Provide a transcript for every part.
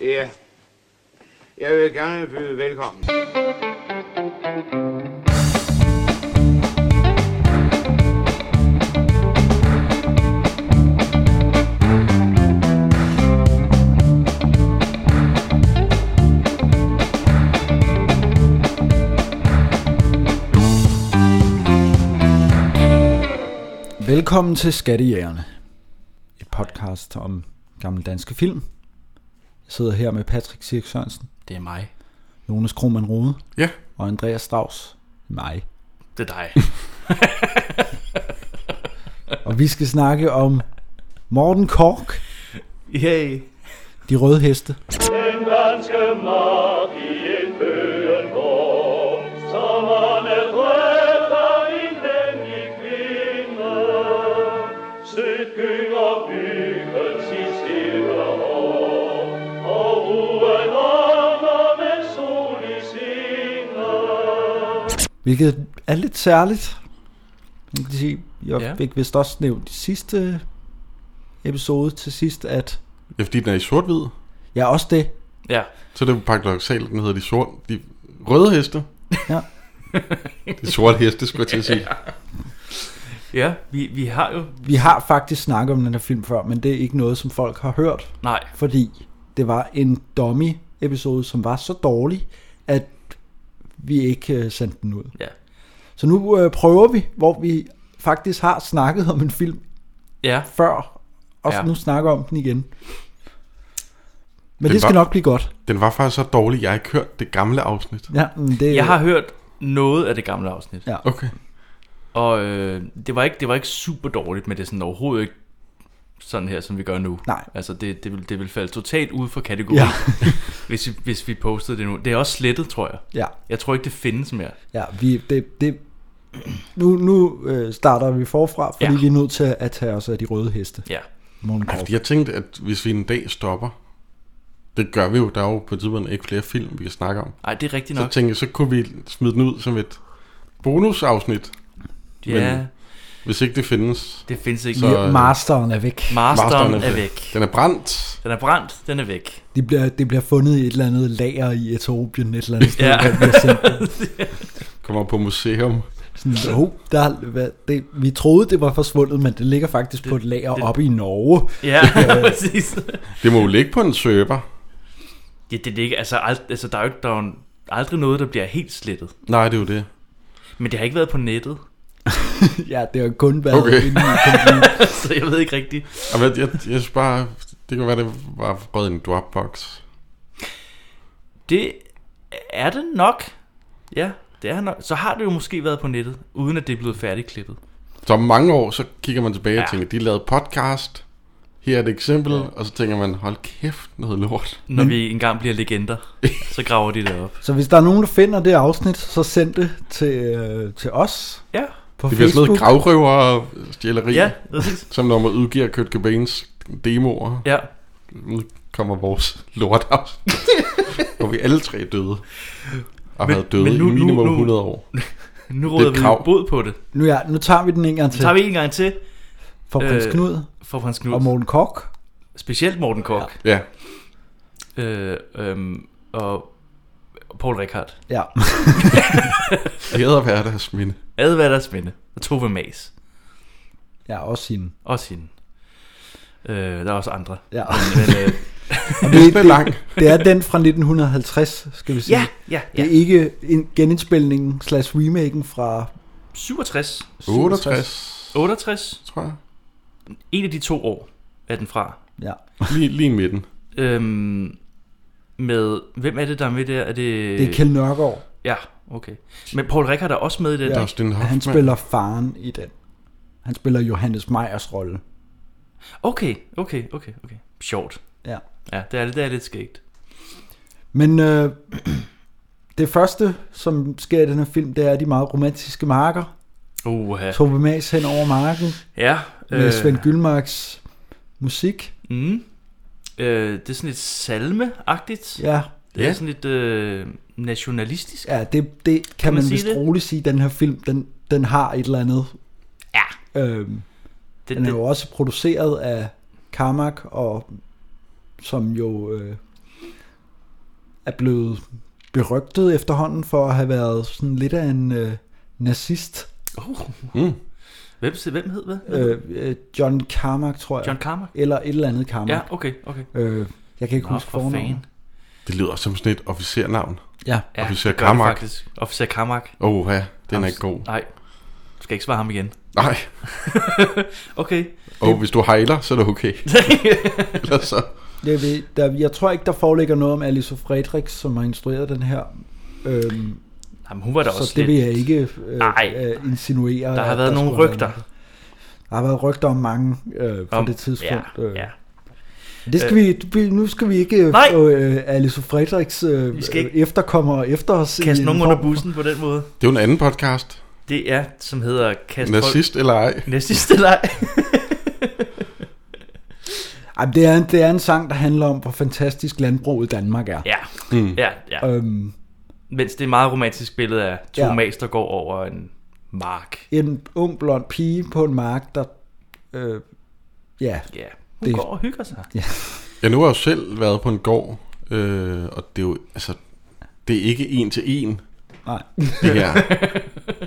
Ja. Jeg vil gerne byde velkommen. Velkommen til Skattejægerne, et podcast om gamle danske film. Jeg sidder her med Patrick Sirk Sørensen, Det er mig. Jonas Krohmann Rode Ja. og Andreas Strauss. Mig. Det er dig. Og vi skal snakke om Morten Kork, Yay. De Røde Heste. Den danske mark i en bøgen går, sommerne drøfter en venlig kvinde. Sødt gynger byggen sit stille hår, og ruen ånder med sol i sine. Hvilket er lidt særligt. Man kan sige, jeg Ja. ja. fik vist også nævnt i sidste episode til sidst, at Ja, fordi den er i sort-hvid. jeg ja, også det. Ja. Så er det jo paradoxalt, den hedder de, sort, de røde heste. Ja. De sorte heste, skulle jeg til at sige. Ja, vi, vi har jo... Vi har faktisk snakket om den her film før, men det er ikke noget, som folk har hørt. Nej. fordi det var en dummy episode, som var så dårlig, at vi ikke øh, sendte den ud. Ja. Så nu øh, prøver vi, hvor vi faktisk har snakket om en film Ja. før, og ja. Ja. nu snakker om den igen. Men det, Den det skal var- nok blive godt. Den var faktisk så dårlig, jeg har ikke hørt det gamle afsnit. Ja, men det, Jeg har hørt noget af det gamle afsnit. Ja. Okay. Og øh, det, var ikke, det var ikke super dårligt, men det er sådan overhovedet ikke sådan her, som vi gør nu. Nej. Altså, det, det, vil, det vil falde totalt ud for kategorien, Ja. hvis, vi, hvis vi postede det nu. Det er også slettet, tror jeg. Ja, Jeg tror ikke, det findes mere. ja vi, det, det, nu, nu øh, starter vi forfra, fordi Ja. vi er nødt til at tage os af de røde heste. Ja. Morten Korch. Fordi jeg tænkte, at hvis vi en dag stopper, det gør vi jo, der er jo på et tidspunkt ikke flere film, vi kan snakke om. Ej, det er rigtigt Så nok. tænkte jeg, så kunne vi smide den ud som et bonusafsnit, Ja, hvis ikke det findes. det findes ikke. Så- Ja, Masteren er væk. Masteren er væk. Den er brændt. Den er brændt, den er væk. Det bliver, det bliver fundet i et eller andet lager i Etiopien, et eller andet sted, Ja. ja. bliver sendt. Kommer på museum. Sådan, oh, der, er- hvad, det, vi troede, det var forsvundet, men det ligger faktisk det, på et lager det, det- oppe i Norge. Ja, præcis. Det må jo ligge på en server. Ja, det ligger, altså, ald- altså der er jo ikke- der er jo en- aldrig noget, der bliver helt slettet. Nej, det er jo det. Men det har ikke været på nettet, Ja, det har kun været okay. Okay. inde i computeren. så jeg ved ikke rigtigt. Jamen, Jeg, jeg, jeg synes bare, det kan være, det var røget i en Dropbox. Det er det nok. Ja, det er nok. Så har det jo måske været på nettet, uden at det er blevet færdigklippet. Så om mange år, så kigger man tilbage og Ja. ja. tænker, de lavede podcast, her er et eksempel, ja. og så tænker man, hold kæft, noget lort. Når vi engang bliver legender, så graver de det op. Så hvis der er nogen, der finder det afsnit, så send det til, øh, til os Ja, på Det bliver sådan Facebook. noget gravrøver og stjæleri, ja, ja. som når man udgiver Kurt Cobains demoer, ja. nu kommer vores lort af, hvor vi alle tre er døde. Og har Men- været døde men nu, nu- i minimum nu- nu- 100 år. Nu råder vi krav. bod på det. Nu, ja, nu tager vi den en gang Så til tager vi en gang til for Prins øh, Knud for Frans og Knud. Morten Kork. Specielt Morten Kork Ja, ja. øh, øhm, og Paul Rickard. Ja. æder at være deres minde. Advald og Svende og Tove Mas. ja, også sin. Også hende. Øh, der er også andre. Ja. Men, øh, Og Det det, er lang. det er den fra 1950, skal vi sige. ja, ja, Det ja. er ikke en genindspilningen slash remaken fra 67, 68, 68, tror jeg. en af de to år er den fra. Ja. Lige, lige i midten. Øhm, med, hvem er det, der er med der? Er det... Det er Kjeld Nørgaard. Ja, okay. Men Paul Rickard er også med i den. Ja. Ja. Dustin Hoffman. Han spiller faren i den. Han spiller Johannes Meyers rolle. Okay, okay, okay, okay. Sjovt. Ja. Ja, det er, det er lidt skægt. Men øh, det første, som sker i den her film, det er de meget romantiske marker. Uha. Tove Mas hen over marken Ja. med øh. Svend Gyldmarks musik. mm, øh, det er sådan lidt salme-agtigt. Ja, Det er Ja. sådan lidt øh, nationalistisk. ja det, det kan, kan man, man man sige vist det? roligt sige, den her film, den, den har et eller andet. Ja. Øh, Det, den er det, jo også produceret af Carmack, og, som jo øh, er blevet berygtet efterhånden for at have været sådan lidt af en øh, nazist. Mm. Uh. Hvem, se- hvem hed hvad? Øh, øh, John Carmack, tror jeg. John Carmack? Eller et eller andet Carmack. Ja, okay, okay. Øh, jeg kan ikke Nå, huske for fornavnet. fanden. Det lyder som sådan et officernavn. Ja. Ja, Officer det gør det Carmack. faktisk. Officer Carmack. Åh, ja, den er ikke god. Nej, du skal ikke svare ham igen. Nej, Okay. og hvis du hejler, så er det okay. Ellers så... Jeg, ved, der, jeg tror ikke, der foreligger noget om Alice Frederik, som har instrueret den her. Øhm, Jamen, hun var da også så det vil lidt... jeg ikke øh, Nej. øh, insinuere. Der har at været nogle skulle have rygter. været- Der har været rygter om mange øh, på Om- det tidspunkt. Ja, øh. ja. Øh. Det skal vi, vi, nu skal vi ikke Nej. få øh, Alice Frederiks øh, Vi skal ikke efterkommere efter os. i Kaste en nogen form- under bussen på den måde. Det er jo en anden podcast. Det er, som hedder Kast folk... Nazist eller ej. Nazist eller ej. Ej, men det, er en, det er en sang, der handler om, hvor fantastisk landbruget Danmark er. Ja, Mm. ja, ja. Øhm, Mens det er et meget romantisk billede af to Ja. ja. mas, der går over en mark. en ung blond pige på en mark, der... Øh, ja, Ja, hun Det- det... går og hygger sig. Jeg nu har jo selv været på en gård, øh, og det er jo, altså, det er ikke en til en, nej. det her,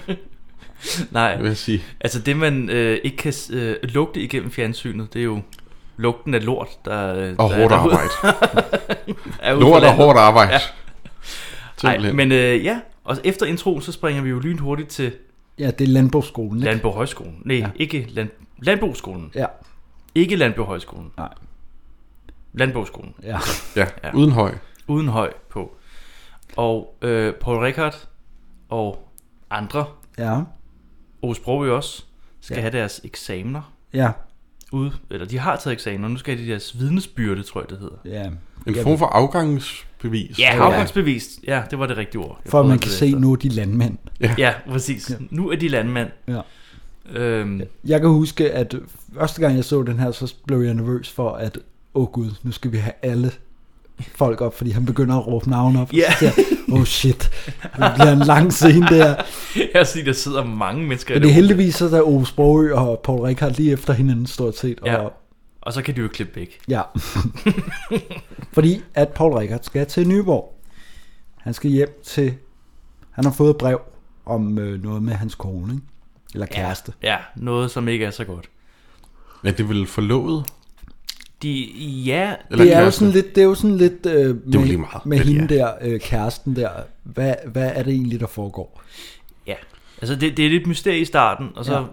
vil Nej, jeg sige. altså det man øh, ikke kan øh, lugte igennem fjernsynet, det er jo lugten af lort, der, øh, Og der hårdt er derude- arbejde. er ude på Lort og landet. hårdt arbejde. Nej, Simpelthen. men øh, ja, og efter introen, så springer vi jo lynhurtigt til Ja, det er landbrugsskolen, ikke? Landbo Højskolen. Nej, Ja. ja. ikke land, Landboskolen. Ja, Ikke Landbo Højskolen. Nej. Landboskolen. ja. Ja, Ja. uden høj. Uden høj på. Og øh, Paul Rickard og andre, Ja, Ove Sprogø også, skal Ja. ja. have deres eksamener ja, ude. Eller de har taget eksamener, nu skal de deres vidnesbyrde, tror jeg det hedder. ja. En form for afgangsbevis. Øh, Ja, tror jeg. afgangsbevist. Ja, det var det rigtige ord. Jeg For at prøvede man kan lede se, efter. nu er de landmænd. Ja, præcis. Ja. Nu er de landmænd. Ja. Øhm, Jeg kan huske, at første gang jeg så den her, så blev jeg nervøs for, at åh oh gud, nu skal vi have alle folk op, fordi han begynder at råbe navne op. og så Ja. siger jeg, Åh oh shit, det bliver en lang scene der. Jeg siger, der sidder mange mennesker i Men det er det rum. heldigvis, så der Ove Sprogø og Paul Rickard lige efter hinanden stort set. Og, Ja. Og så kan de jo klippe væk. ja. fordi at Paul Rickard skal til Nyborg. Han skal hjem til, han har fået et brev om øh, noget med hans kone, ikke? eller kæreste. Ja, noget som ikke er så godt. Men det er vel forlovet? De, ja, Eller Det er, jo kæreste? sådan lidt, det er jo sådan lidt øh, med, lige meget, med vel, hende ja. der, øh, kæresten der. Hvad, hvad er det egentlig, der foregår? ja. Altså det, det er lidt mysterie i starten, og så... øh,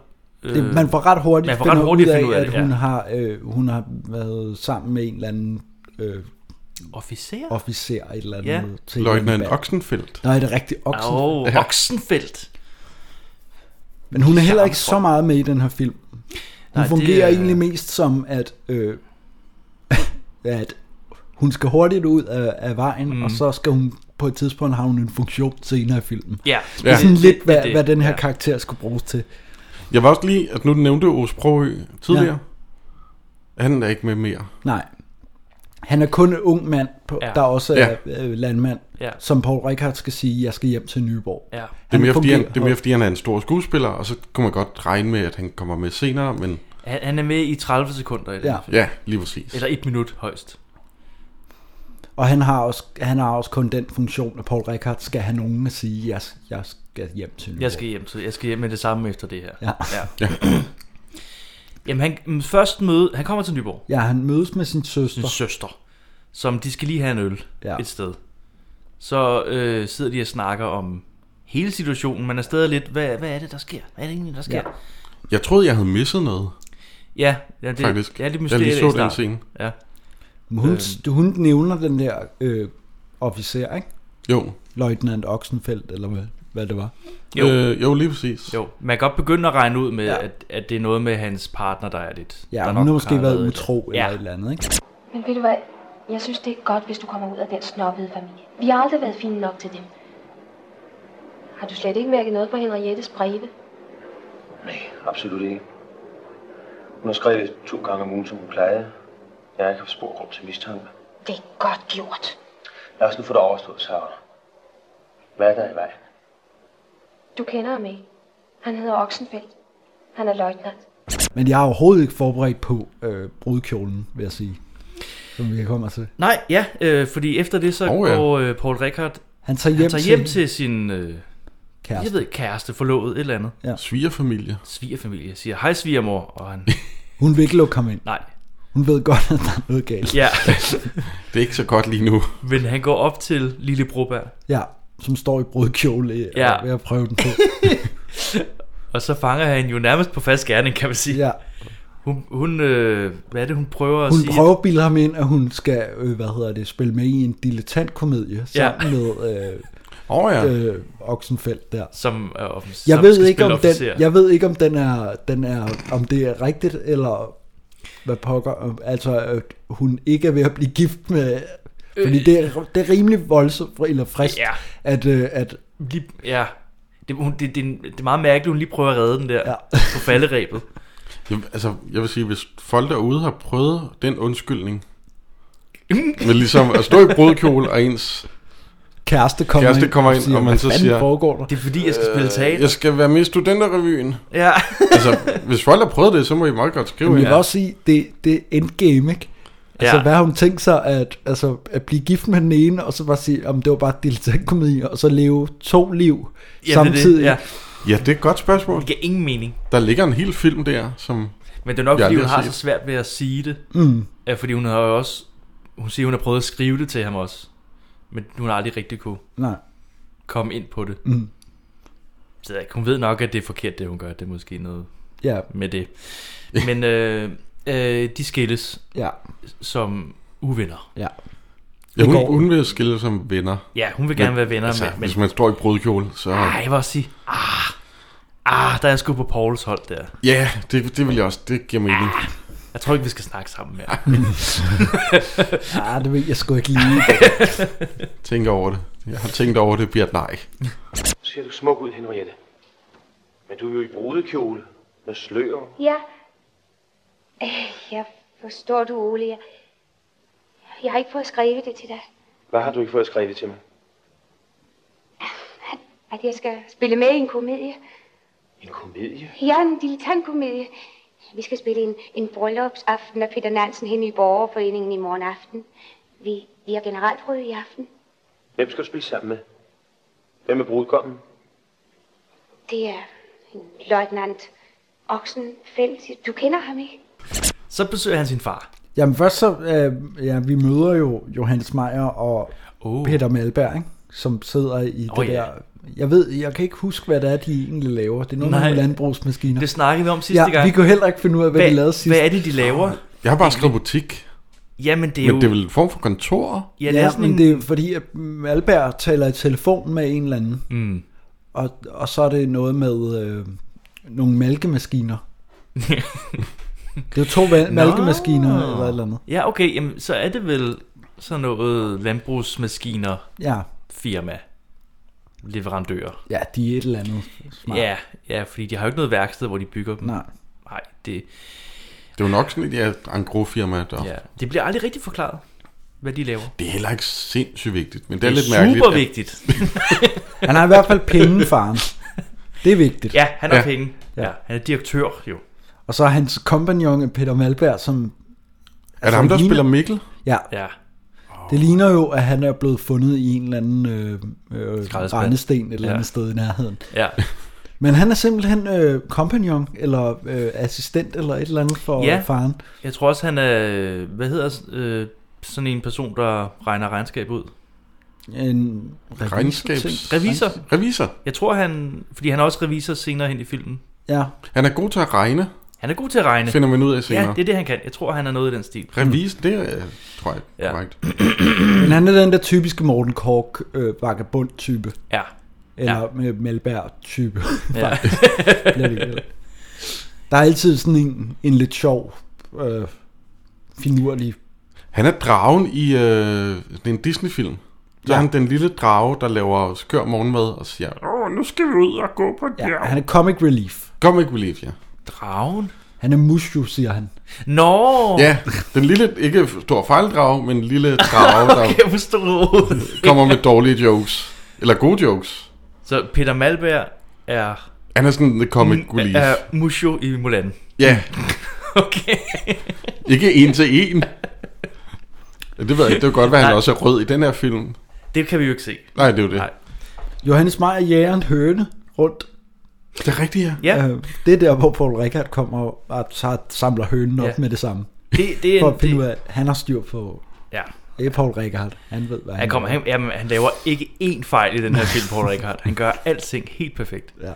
Ja. Det, man får ret hurtigt, man får ret finder hurtigt ud af, finde ud af at det, hun, ja. har, øh, hun har været sammen med en eller anden øh, Officer? Åh, officer. Et eller andet Ja. til Løgnand en- Oxenfeldt. Nej, det er rigtig oksen. Oh. oh, Ja. Oxenfeldt. Men hun er heller ikke så Charmefor. meget med i den her film. Hun Nej, det fungerer er- egentlig mest som, at, øh, at hun skal hurtigt ud af, af vejen, mm. og så skal hun på et tidspunkt have en funktion senere i filmen. Ja, Det er sådan lidt, hvad, er det. hvad den her Ja. karakter skulle bruges til. Jeg var også lige, at nu nævnte Ove Sprogø tidligere. Han er ikke med mere. Nej. Han er kun en ung mand, på, ja. Ja. der også er ja. landmand, ja. Ja. som Paul Rickard skal sige, jeg skal hjem til Nyborg. Ja. Det er, Han mere, fordi han, fungerer. det er mere, fordi han er en stor skuespiller, og så kunne man godt regne med, at han kommer med senere, men Han, han er med i 30 sekunder i den Ja. her film. ja, lige præcis. Eller et minut højst. Og han har, også, han har også kun den funktion, at Paul Rickard skal have nogen at sige, jeg, jeg skal hjem til Nyborg. Jeg skal hjem, til, jeg skal hjem med det samme efter det her. Ja. ja. Ja. Jamen, han, mm, først møde, han kommer til Nyborg, Ja, han mødes med sin sin søster. søster, som de skal lige have en øl Ja. ja. et sted. Så øh, sidder de og snakker om hele situationen, men er stadig lidt, hvad, hvad er det, der sker? Hvad er det egentlig, der sker? Ja. Ja, Jeg troede, jeg havde misset noget, ja, ja det, faktisk. det er lidt jeg mysteriet lige i så den starten. scene. Ja. Men Hun, hun nævner den der øh, officer, ikke? Jo, Leutnant Oxenfeldt, eller hvad, hvad det var. Jo. jo. Øh, jo lige præcis. Jo. Jo, man kan godt begynde at regne ud med, Ja. ja. at, at det er noget med hans partner, der er lidt... Ja, der hun har nok måske været et- utro ja. eller et eller andet, ikke? Men ved du hvad? Jeg synes, det er godt, hvis du kommer ud af den snobbede familie. Vi har aldrig været fine nok til dem. Har du slet ikke mærket noget på Henriettes breve? Nej, absolut ikke. Hun har skrevet to gange om ugen, som hun plejede. Jeg har ikke haft spor grund til mistanke. Det er godt gjort. Lad os nu få det overstået, Sarah. Hvad er der i vej? Du kender ham ikke. Han hedder Oxenfeldt. Han er løjtnant. Men jeg er overhovedet ikke forberedt på øh, brudkjolen, vil jeg sige. som vi kommer til. Nej, ja, øh, fordi efter det så Åh, oh, ja. ja. går øh, Paul Rickard Han tager hjem, hjem, tager hjem til sin øh, jeg kæresten. ved, ikke, kæreste, forlovet, et eller andet. Svigerfamilie. Svigerfamilie siger, hej svigermor, og han, Hun vil ikke lukke ham ind. nej. Hun ved godt, at der er noget galt. Ja, Det er ikke så godt lige nu. men han går op til Lille Broberg, Ja, som står i brødkjole ja. Ja. og er ved at prøve den på. og så fanger han jo nærmest på fast gerning, kan man sige. Ja. Hun, hun øh, hvad er det, hun prøver at Hun sige? prøver at bilde ham ind, at hun skal øh, hvad hedder det, spille med i en dilettantkomedie sammen Ja. med øh, Åh oh, ja. øh, Oxenfeldt der. Som er offens- Jeg som ved, skal ikke, om spille officer. den, jeg ved ikke, om den er, den er, om det er rigtigt, eller hvad pokker, om- altså at hun ikke er ved at blive gift med, fordi det er, det er rimelig voldsomt, eller frisk, Øh. Ja. at, øh, at Lige, ja. Det, hun, det, det, er en- det er meget mærkeligt, hun lige prøver at redde den der Ja. ja. på falderæbet. Jeg, altså, jeg vil sige, hvis folk derude har prøvet den undskyldning, men ligesom at stå i brudkjole og ens... kæreste kommer Kæreste ind, kommer og ind, siger, og man "Hvad så fanden siger, foregår der? Det er fordi, jeg skal spille Øh, teater. Jeg skal være med i studenterrevyen. Ja. Altså, hvis folk har prøvet det, så må I meget godt skrive Men jeg ind. vil også sige, det, det er endgame, ikke? Altså, Ja. hvad har hun tænkt sig, at, altså, at blive gift med den ene, og så bare sige, om det var bare dilettantkomedie, og så leve to liv Jamen, samtidig? Det, ja. Ja, det er et godt spørgsmål. det giver ingen mening. Der ligger en hel film der, som... Men det er nok, Jeg har fordi hun aldrig har set. så svært ved at sige det. Mm. Ja, fordi hun har jo også... Hun siger, hun har prøvet at skrive det til ham også. Men hun har aldrig rigtig kunne Nej. komme ind på det. Mm. Så jeg- hun ved nok, at det er forkert, det hun gør. Det er måske noget Ja, med det. Men øh, øh, de skilles ja, som uvenner. ja. Ja, Det går. hun, hun vil skille som venner. Ja, hun vil gerne Men, være venner Altså, med, men hvis man står i brudkjole, så... Ej, jeg vil også sige, ah, ah, der er jeg sgu på Pauls hold der. Ja, det, det vil jeg også. Det giver mening. Jeg tror ikke, vi skal snakke sammen mere. Ah, det ved jeg sgu ikke lige. Tænk over det. Jeg har tænkt over det, det bliver et nej. Så ser du smuk ud, Henriette. Men du er jo i brudekjole med slør. Ja. Øh, Jeg forstår du, Ole. Jeg, jeg har ikke fået skrevet det til dig. Hvad har du ikke fået skrevet til mig? At jeg skal spille med i en komedie. En komedie? Ja, en dilettantkomedie. Vi skal spille en, en bryllupsaften af Peter Nansen hen i Borgerforeningen i morgen aften. Vi, vi har generalprøve i aften. Hvem skal du spille sammen med? Hvem er brudgommen? Det er en løjtnant Oxenfeldt. Du kender ham ikke? Så besøger han sin far. Jamen først så, øh, ja, vi møder jo Johannes Meyer og Oh. Peter Malberg, ikke? som sidder i det Åh, ja. der... Jeg ved, jeg kan ikke huske, hvad det er, de egentlig laver. Det er nogle Nej. Nej. landbrugsmaskiner. Det snakkede vi om sidste ja, gang. vi kunne heller ikke finde ud af, hvad, hvad, de lavede sidst. Ah. hvad er det, de laver? Jeg har bare skrevet butik, Jamen, det er men jo... det er vel en form for kontor? ja, det Ja, er ja sådan men en, det er fordi, at Malberg taler i telefon med en eller anden, Mm. og, og så er det noget med øh, nogle mælkemaskiner. det er to val- mælkemaskiner eller et eller andet. Ja, okay, jamen, så er det vel sådan noget landbrugsmaskiner Ja, firma leverandører. ja de er et eller andet smart. Ja, ja, fordi de har jo ikke noget værksted, hvor de bygger dem. Nej. Nej, det, Det er jo nok sådan et ja, en gros firma, der... ja. det bliver aldrig rigtig forklaret, hvad de laver. Det er heller ikke sindssygt vigtigt, men det er, lidt mærkeligt. super vigtigt. Han har i hvert fald penge, faren. Det er vigtigt. Ja, han har Ja. ja. penge. Ja, han er direktør jo. Og så er hans kompagnon Peter Malberg, som... Altså, At, Altså, er det ham, der ligner- spiller Mikkel? Ja, Ja. det ligner jo, at han er blevet fundet i en eller anden øh, øh, Skraldespand. rendesten et eller Ja. andet sted i nærheden. Ja, Men han er simpelthen øh, kompagnon, eller øh, assistent, eller et eller andet for ja. Ja. faren. jeg tror også, han er, øh, hvad hedder øh, sådan en person, der regner regnskab ud. En revisor- Regnskabs- ting. Revisor. Revisor. Jeg tror, han, fordi han er også revisor senere hen i filmen. Ja, Han er god til at regne, Han er god til at regne. finder man ud af Ja, senere. det er det, han kan. Jeg tror, han er noget i den stil. Revisor, det er, tror jeg, Ja. korrekt. men han er den der typiske Morten Kork øh, vagabond-type. Ja. Eller ja. Melberg-type. ja. bliver det kaldt. Der er altid sådan en, en lidt sjov, øh, finurlig... Han er dragen i øh, sådan en Disney-film. Så Ja. ja. han den lille drage, der laver skør morgenmad og siger, Åh, nu skal vi ud og gå på et Ja, bjerg. han er comic relief. Kom ikke, Believe, ja. Dragen? Han er mushu, siger han. Nå! Ja, den lille, ikke stor fejldrage, men en lille drage, der Jeg forstod det. kommer med dårlige jokes. Eller gode jokes. Så Peter Malberg er, Han er sådan the comic relief. er Musho i Mulan. Ja, Okay. ikke en til en. Ja, det ved jeg ikke. Det kan godt være, at han Nej. også er rød i den her film. Det kan vi jo ikke se. Nej, det er jo det. Nej. Johannes Meyer jager en høne rundt. Det er rigtigt, ja. Ja, Øh, det er der, hvor Paul Rickard kommer og tager, samler hønen op Ja. med det samme. det, det er For en, at finde ud det, af, at han har styr på... ja. Det er Paul Rickard. Han ved, hvad han, Han, kommer, laver. han, jamen, han laver ikke én fejl i den her film, Paul Rickard. Han gør alting helt perfekt. Ja.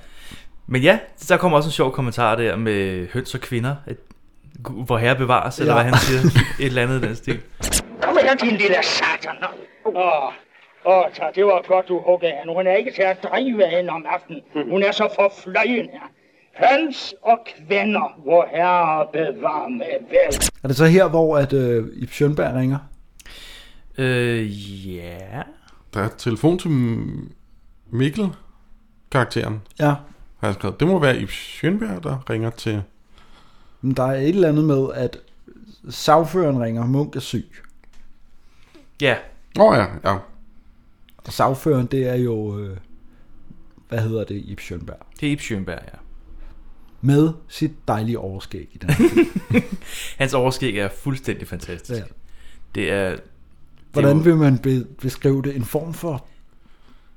Men ja, der kommer også en sjov kommentar der med høns og kvinder. At, Gud, hvor herre bevares, eller Ja. hvad han siger. Et eller andet i den stil. Kom her, din lille satan. Åh, åh, så det var godt, du huggede hende. Hun er ikke til at drive hende om aftenen. Hun er så forfløjende. Høns og kvinder, hvor herre bevar med vel. Er det så her, hvor at, øh, Ip Schønberg ringer? Øh, ja. Der er telefon til M- Mikkel-karakteren, Ja. har jeg skrevet. Det må være Ib Schønberg, der ringer til... Men der er et eller andet med, at sagføreren ringer, Munk er syg. Ja, Åh oh, ja, ja. Og sagføreren, det er jo... Øh, hvad hedder det? Ip Schønberg. det er Ib Schønberg, ja. Med sit dejlige overskæg i den. Hans overskæg er fuldstændig fantastisk. Ja. Ja. Det er... Hvordan det er jo, vil man be- beskrive det? En form for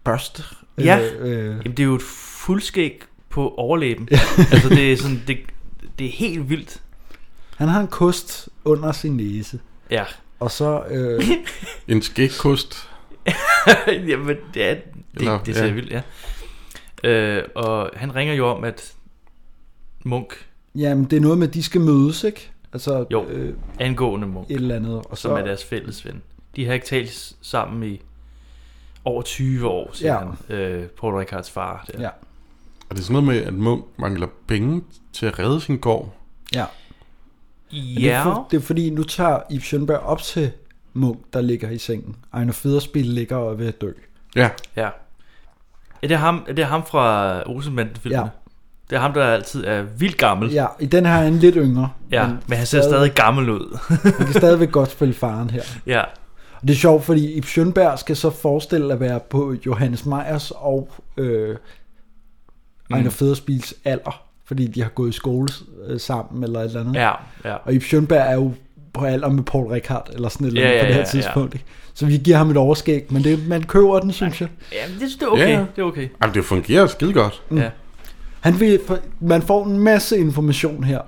børst? Ja. Øh, øh, jamen, det er jo et fuldskæg på overlæben. altså, det er sådan... Det, det er helt vildt. han har en kost under sin næse. Ja. Og så... Øh, En skægkost. Jamen, det er, det, Eller- det ser ja. ja. vildt, ja. Øh, og han ringer jo om, at Munk, jamen, det er noget med, at de skal mødes, ikke? Altså, Jo. Øh, angående Munk, et eller andet. Og så, som er deres fælles ven, de har ikke talt s- sammen i over 20 år, siger Ja. ja. han, øh, Paul Ricards far. Der. Ja. Er det sådan noget med, at Munk mangler penge til at redde sin gård? ja. Det, er ja. for, det er fordi, nu tager Ip Schønberg op til Munk, der ligger i sengen. Ejner Federspil ligger og er ved at dø. Ja, ja. Er det ham, er det ham fra Olsenbanden-filmen? Ja. Ja. Det er ham, der altid er vildt gammel. Ja. Ja, i den her er han lidt yngre. Ja, men, han ser stadig gammel ud. Han kan stadigvæk godt spille faren her. ja, Og det er sjovt, fordi Ip Schønberg skal så forestille at være på Johannes Meyers og øh, Mm. Ejner Federspils alder. Fordi de har gået i skole øh, sammen eller et eller andet. ja, ja. Og Ip Schønberg er jo på alder med Paul Rickard, eller sådan et eller Ja, andet ja, ja, på det her ja, tidspunkt. Ja. Så vi giver ham et overskæg, men det, man køber den, synes jeg. Ja, det, det er okay. Ja. Ja. Det er okay. Jamen, det fungerer skide godt. Mm. Ja. Han vil, man får en masse information her,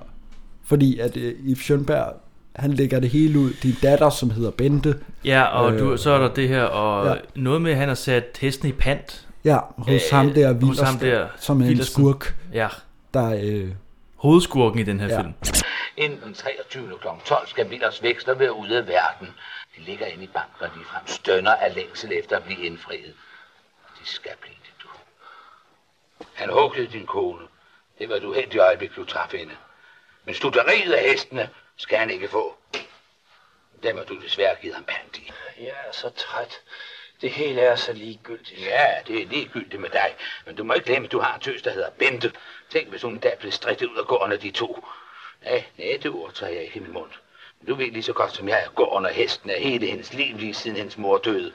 fordi at øh, Ip Schønberg, han lægger det hele ud. Din datter, som hedder Bente, Ja, og Øh, øh, du, så er der det her, og ja. ja. noget med, at han har sat hesten i pant. ja, hos øh, Øh, ham der, hos Vildersen, ham der, som er en Wildersen. skurk, Ja, der... Øh, hovedskurken i den her Ja. ja. film. Inden den 23. kl. 12 skal Millers vækster være ude af verden. De ligger inde i banken og ligefrem stønner af længsel efter at blive indfriet. De skal blive det, du. Han huggede din kone. Det var et uheldigt øjeblik, du traf hende. Men studeriet af hestene skal han ikke få. Dem har du desværre givet ham pant i. Jeg er så træt. Det hele er så ligegyldigt. Ja, det er ligegyldigt med dig. Men du må ikke glemme, at du har en tøs, der hedder Bente. Tænk, hvis hun en dag blev strittet ud af gården af de to. Nej, nej, det ord tager jeg ikke i min mund. Men du ved lige så godt som jeg, at gården og hesten er hele hendes liv lige siden hendes mor døde.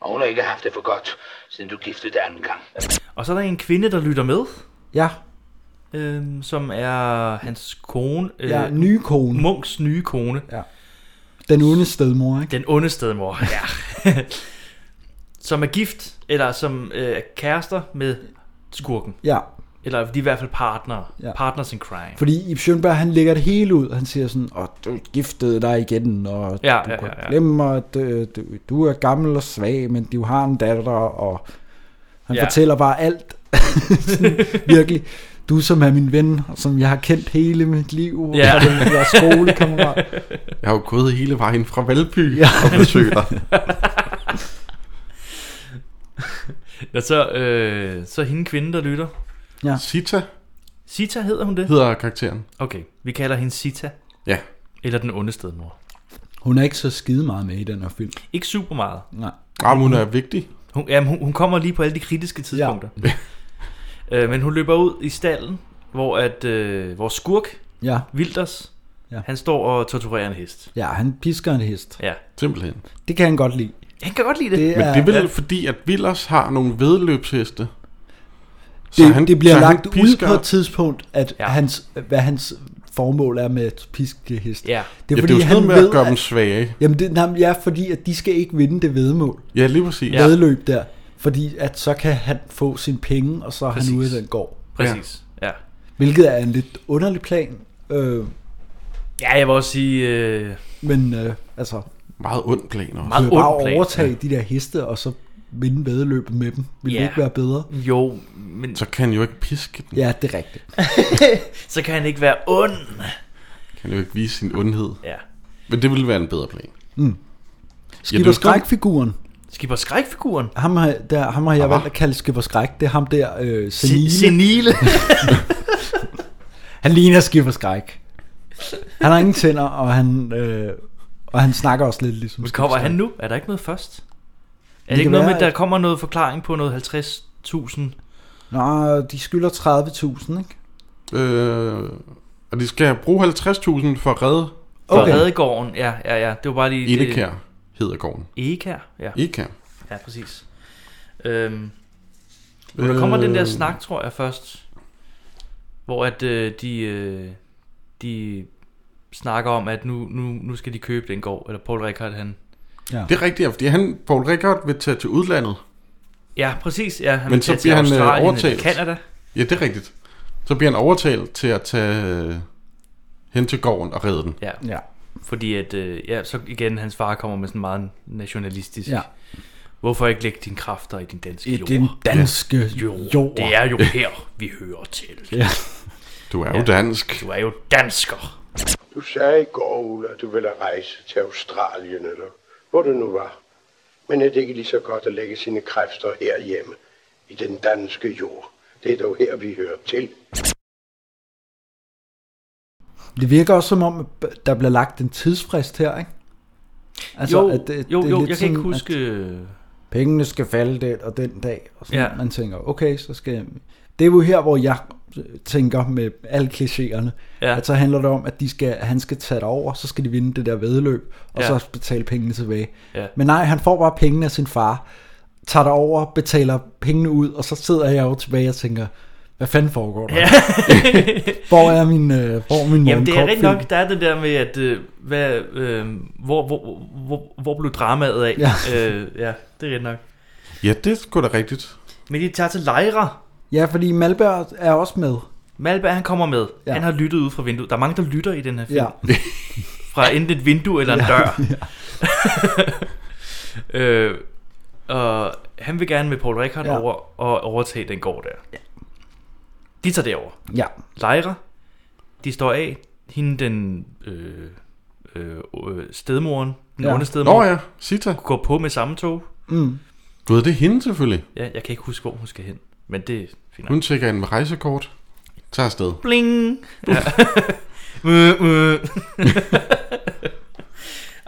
Og hun har ikke haft det for godt, siden du giftede dig anden gang. Og så er der en kvinde, der lytter med, ja, øhm, som er hans kone, øh, ja, nye kone. Munks nye kone, den onde stedmor, ikke? den onde stedmor, ja. som er gift, eller som øh, er kærester med skurken. Ja, Eller de er i hvert fald partnere. Ja. Ja. Partners in crime. fordi Ip Schønberg, han lægger det hele ud. Han siger sådan, åh, du giftede dig igen, og Ja, du ja, kan ja, ja. glemme, at øh, du, du er gammel og svag, men du har en datter, og han ja. Ja. fortæller bare alt. Sådan, Virkelig. Du som er min ven, og som jeg har kendt hele mit liv, og Ja. som jeg er skolekammerat. Jeg har jo gået hele vejen fra Valby Ja. ja. og besøgt dig. Ja, så, øh, så er hende kvinde, der lytter. Sita Sita hedder hun det? hedder karakteren. Okay, vi kalder hende Sita, Ja, eller den onde stedmor. Hun er ikke så skide meget med i den her film. Ikke super meget. Nej. ah, men hun er vigtig. Hun, jamen, hun, hun kommer lige på alle de kritiske tidspunkter. Ja. øh, men hun løber ud i stallen, hvor at øh, vores skurk, Ja, Wilders, Ja. ja. han står og torturerer en hest. ja, han pisker en hest. Ja. Simpelthen. Det kan han godt lide. Han kan godt lide det. Det det. Men er, det er vel Ja. fordi, at Villers har nogle vedløbsheste. Så det, han, det bliver så han lagt ud pisker- på et tidspunkt, at ja. Ja. hans, hvad hans formål er med at piske hest. Ja. Det er, Ja, fordi det er jo sådan han noget med at ved, gøre dem svage. Jamen, det, nej, men ja, fordi at de skal ikke vinde det vedmål, Ja, lige præcis. ja. vedløb der. Fordi at så kan han få sine penge, og så er Præcis. han ude af den gård. Præcis. Ja. ja. Hvilket er en lidt underlig plan, øh, Ja, jeg vil også sige, øh, men øh, altså, Meget ond plan også. meget du kan bare ond plan. overtage de der heste, og så vinde vedløbet med dem. Vil Ja. det ikke være bedre? Jo, men så, Så kan han jo ikke piske den. Ja, det er rigtigt. så kan han ikke være ond. Kan han jo ikke vise sin ondhed. Ja. Men det ville være en bedre plan. Skipper var skræmt. Skræk-figuren, Skipper skrækfiguren. ham har, der, ham har jeg valgt at kalde Skipper Skræk, det er ham der øh, senile. Senile. Han ligner Skipper Skræk. Han har ingen tænder, og han, øh, og han snakker også lidt ligesom Men kommer Skipper han nu? Er der ikke noget først? Er det, kan ikke noget være, med, at der at- kommer noget forklaring på noget 50.000? Skræk. Nå, de skylder 30.000, ikke? Øh, og de skal bruge 50.000 for at redde For Okay. okay. Redegården, ja, ja, ja. Det var bare lige... det- Edekær, hedder gården. Egekær, ja. E- Edekær. Ja, præcis. Øhm, men der kommer den Øh. der Øh, snak, tror jeg, først. Hvor at øh, de, øh, de snakker om, at nu, nu, nu skal de købe den gård. Eller Paul Rickard, han... Det er rigtigt, ja, fordi han, Paul Rickard, vil tage til udlandet. Ja, præcis. Ja, han Men vil så tage til bliver han, øh, Australien eller overtalt. Canada. Ja, det er rigtigt. Så bliver han overtalt til at tage øh, hen til gården og redde den. Ja, Ja. fordi at, øh, ja, så igen, hans far kommer med sådan meget nationalistisk. Ja. Hvorfor ikke lægge dine kræfter i din danske I jord? den danske jord. øh, jord. Det er jo her, vi hører til. Ja. Du er jo dansk. Du er jo dansker. Du sagde i går, Ulla, at du ville rejse til Australien, eller hvor det nu var. Men er det ikke lige så godt at lægge sine kræfter herhjemme, i den danske jord? Det er dog her, vi hører til. Det virker også som om, at der bliver lagt en tidsfrist her, ikke? jo, Altså, at det- jo, det er jo lidt jeg kan sådan, ikke huske... øh, At... At pengene skal falde den og den dag. Og sådan. Ja. Ja. Man tænker, okay, så skal jeg... Det er jo her, hvor jeg øh, tænker med alle klichéerne, Ja. ja. at så handler det om, at de skal, han skal tage det over, så skal de vinde det der vedløb, og Ja. ja. så betale pengene tilbage. Ja. Men nej, han får bare pengene af sin far, tager det over, betaler pengene ud, og så sidder jeg jo tilbage og tænker, hvad fanden foregår der? Ja. hvor er min, øh, hvor er min Jamen, det er Morten Korch-film? rigtig nok, der er det der med, at øh, hvad, øh, hvor, hvor, hvor, hvor blev dramaet af? Ja. øh, ja det er rigtig nok. Ja, det er sgu da rigtigt. Men de tager til Lejre. Ja, fordi Malberg er også med. Malberg, han kommer med. Ja. Ja. Han har lyttet ud fra vinduet. Der er mange, der lytter i den her film. Ja. fra enten et vindue eller en dør. øh, og han vil gerne med Paul Rickard ja. Ja. over og overtage den gård der. Ja. De tager derover. ja. Lejre, de står af. Hende den øh, øh, øh, stedmoren, den Ja. ja. onde Nå stedmor, ja, Sita. går på med samme tog. Du ved, det er hende selvfølgelig. Ja, jeg kan ikke huske, hvor hun skal hen. Men det er fint. nok. Hun tjekker en rejsekort. Tager afsted. Bling! Ja. Øh, Mø, mø.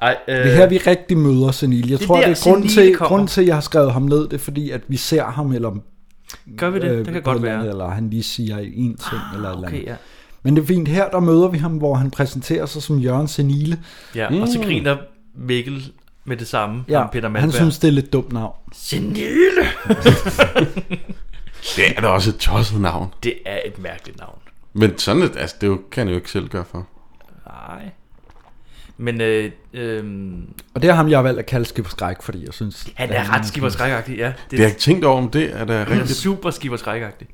Ej, øh, Det er her, vi rigtig møder Senil. Jeg det er tror, der, det er grunden Senil til, kommer. grunden til, at jeg har skrevet ham ned, det er fordi, at vi ser ham, eller, øh, gør vi det? det kan på godt et eller andet, være. eller han lige siger en ting, ah, eller et eller andet. Okay, ja. Men det er fint, her der møder vi ham, hvor han præsenterer sig som Jørgen Senile. Ja, mm. og så griner Mikkel med det samme, ja, Ja, ham Peter Malberg. han synes, det er lidt dumt navn. Senile! Det er da også et tosset navn. Det er et mærkeligt navn. Men sådan et, altså, det er jo- kan han jo ikke selv gøre for. Nej. Men øh, øh, Og det er ham, jeg har valgt at kalde Skipper Skræk, fordi jeg synes... han er ret skiverskrækagtig, ja. Det har jeg ikke tænkt over, om det er han da er rigtigt. super skiverskrækagtig.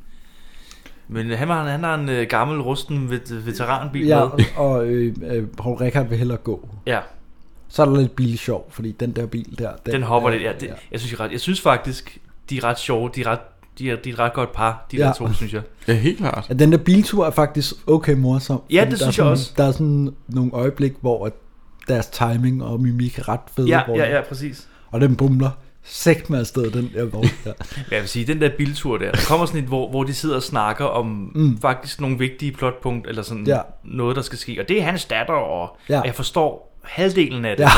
Men han, var, han har en øh, gammel, rusten vet, veteranbil Ja, med. og øh, øh, Paul Rickard vil hellere gå. Ja, Så er der lidt billig sjov, fordi den der bil der... den hopper lidt. Ja, det, jeg, synes, de er ret, jeg synes faktisk, de er ret sjove. De er, ret, de er, de er et ret godt par, de ja. der Ja. to, synes jeg. Ja, helt klart. Ja, den der biltur er faktisk okay morsom. Ja, fordi det der synes er jeg sådan, også. Der er sådan nogle øjeblik, hvor at deres timing og mimik er ret fede. Ja, hvor, ja, ja, præcis. Og den bumler sæt med afsted, den der vogn der. Ja, Jeg vil sige, den der biltur der, der kommer sådan et, hvor, hvor de sidder og snakker om mm. faktisk nogle vigtige plotpunkt, eller sådan ja. Ja. noget, der skal ske. Og det er hans datter, og Ja. ja. jeg forstår halvdelen af det. Ja.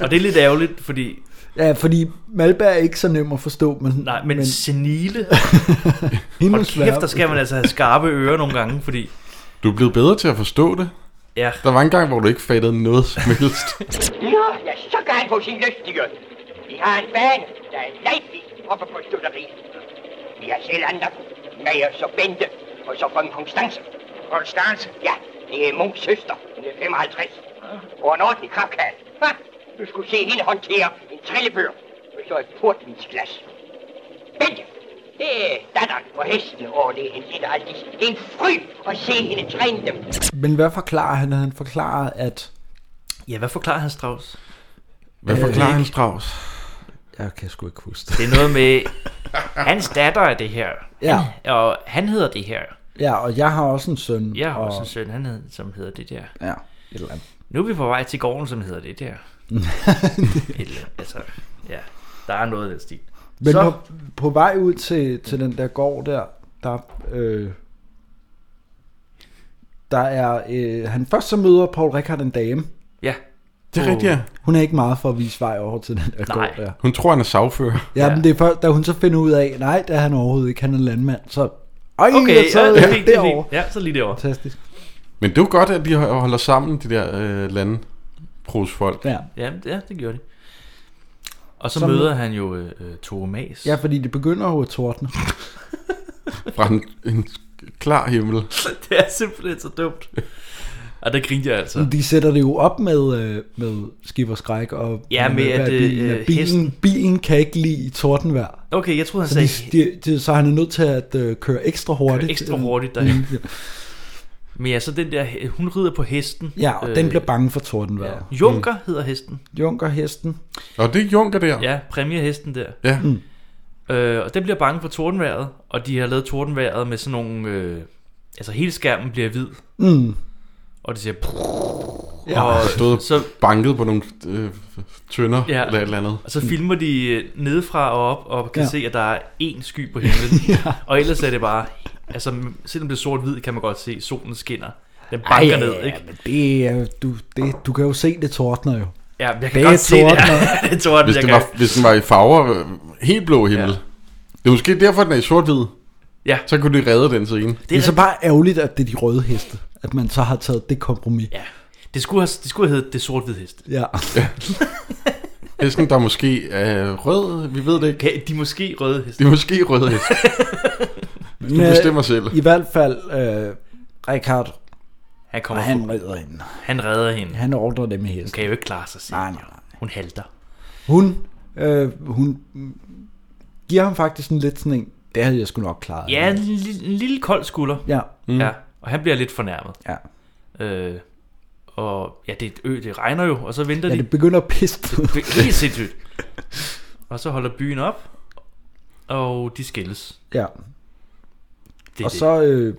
og det er lidt ærgerligt, fordi... ja, fordi Malberg er ikke så nem at forstå, men, Nej, men, men men senile, hende hold kæft, der skal man altså have skarpe ører nogle gange, fordi... Du er blevet bedre til at forstå det. Ja, Der var en gang, hvor du ikke fattede noget som helst. Nå, ja, så kan han få sin lystige. Vi har en bane, der er lejlig oppe på studeriet. Vi har selv andre, Majer så Bente, og så frøken Konstance. Konstance? Ja, Det er Munks søster. Hun er 55. Og en ordentlig krabkasse. Hva? Du skulle se hende håndtere en trillebør. Og så et portvinsglas. Bente, det er datteren på hesten, og det er en lille aldis. Det er en fryd at se hende træne dem. Men hvad forklarer han? Han forklarer, at... Ja, hvad forklarer han Strauss? Hvad forklarer han Strauss? Jeg kan sgu ikke huske Det er noget med, hans datter er det her. Han, ja. Og han hedder det her. Ja, og jeg har også en søn. Jeg har og... også en søn, han hed, som hedder det der. Ja, et eller andet. Nu er vi på vej til gården, som hedder det der. et eller andet, altså, ja, der er noget af den stil. Men så, på, på vej ud til, til den der gård der, der, øh, der er, øh, han først så møder Paul Rickard en dame. ja. Det er rigtigt, ja. Hun er ikke meget for at vise vej over til den der Nej. gård der. Hun tror, han er sagfører. Ja, ja. men det er først, da hun så finder ud af, nej, det er han overhovedet ikke, han er landmand, så... Ej, Okay, så ja, er det er det fint, det er derovre. fint. Ja, så lige derovre. Fantastisk. Men det er jo godt, at de holder sammen, de der øh, landbrugsfolk. Ja. Ja, ja, det gjorde det. Og så Som- møder han jo øh, øh, Tore Mas. ja, fordi det begynder jo at tordne. Fra en, en klar himmel. det er simpelthen så dumt. Og der grinte jeg altså. Men De sætter det jo op med, øh, med skib og skræk. Og, Ja, og med at, øh, bilen, øh, bilen, hesten- bilen kan ikke lide tordenvejr. Okay, jeg troede, han Så, de, sagde de, de, så han er nødt til at øh, køre ekstra hurtigt. øh, ekstra hurtigt derhen. Men ja, så den der, hun rider på hesten. Ja, og øh, den bliver bange for tordenvejr. Ja. Junker hedder hesten. Junker hesten. Og det er Junker der. Ja, præmiehesten der. Ja. Mm. Øh, og den bliver bange for tordenværet, og de har lavet tordenværet med sådan nogle... Øh, altså hele skærmen bliver hvid, Mm. og det siger... Ja. og, Og stod så, så... banket på nogle øh, tønder Ja. ja. eller et eller andet. og så filmer de øh, nedefra og op, og kan Ja. ja. se, at der er én sky på himlen. Ja. Og ellers er det bare... Altså, selvom det er sort-hvid, kan man godt se, solen skinner. Den banker ned, ikke? Men det, er jo- du, det, du kan jo se, det tordner jo. Ja, men jeg Det kan er godt se det. torden. Ja, det er torden, Hvis, jeg det kan. var, hvis den var i farver, øh, helt blå himmel. Ja. Ja. Det er måske derfor, den er i sort-hvid. Ja. Så kunne de redde den scene. Det er, så rigtigt. bare ærgerligt, at det er de røde heste, at man så har taget det kompromis. Ja. Det skulle have, det skulle have heddet det sort-hvide hest. Ja. Hesten, der måske er rød, vi ved det ikke. Okay, de måske røde heste. Det er måske rød hest. Du bestemmer selv. øh, I hvert fald, øh, Richard, Han kommer og han, han rider hende. han redder hende. Han Han ordner det med hesten. kan jo ikke klare sig selv. Nej, nej, nej. Hun halter. Hun, øh, hun mm, giver ham faktisk en lidt sådan en, det havde jeg sgu nok klaret. Ja, en, li- en lille kold skulder. Ja, Mm. Ja, og han bliver lidt fornærmet. ja. Øh, og ja, det, er et ø, det regner jo, og så venter ja de. det begynder at pisse. Det er helt sindssygt. Og så holder byen op, og de skilles. ja. Det er Og det. så, øh,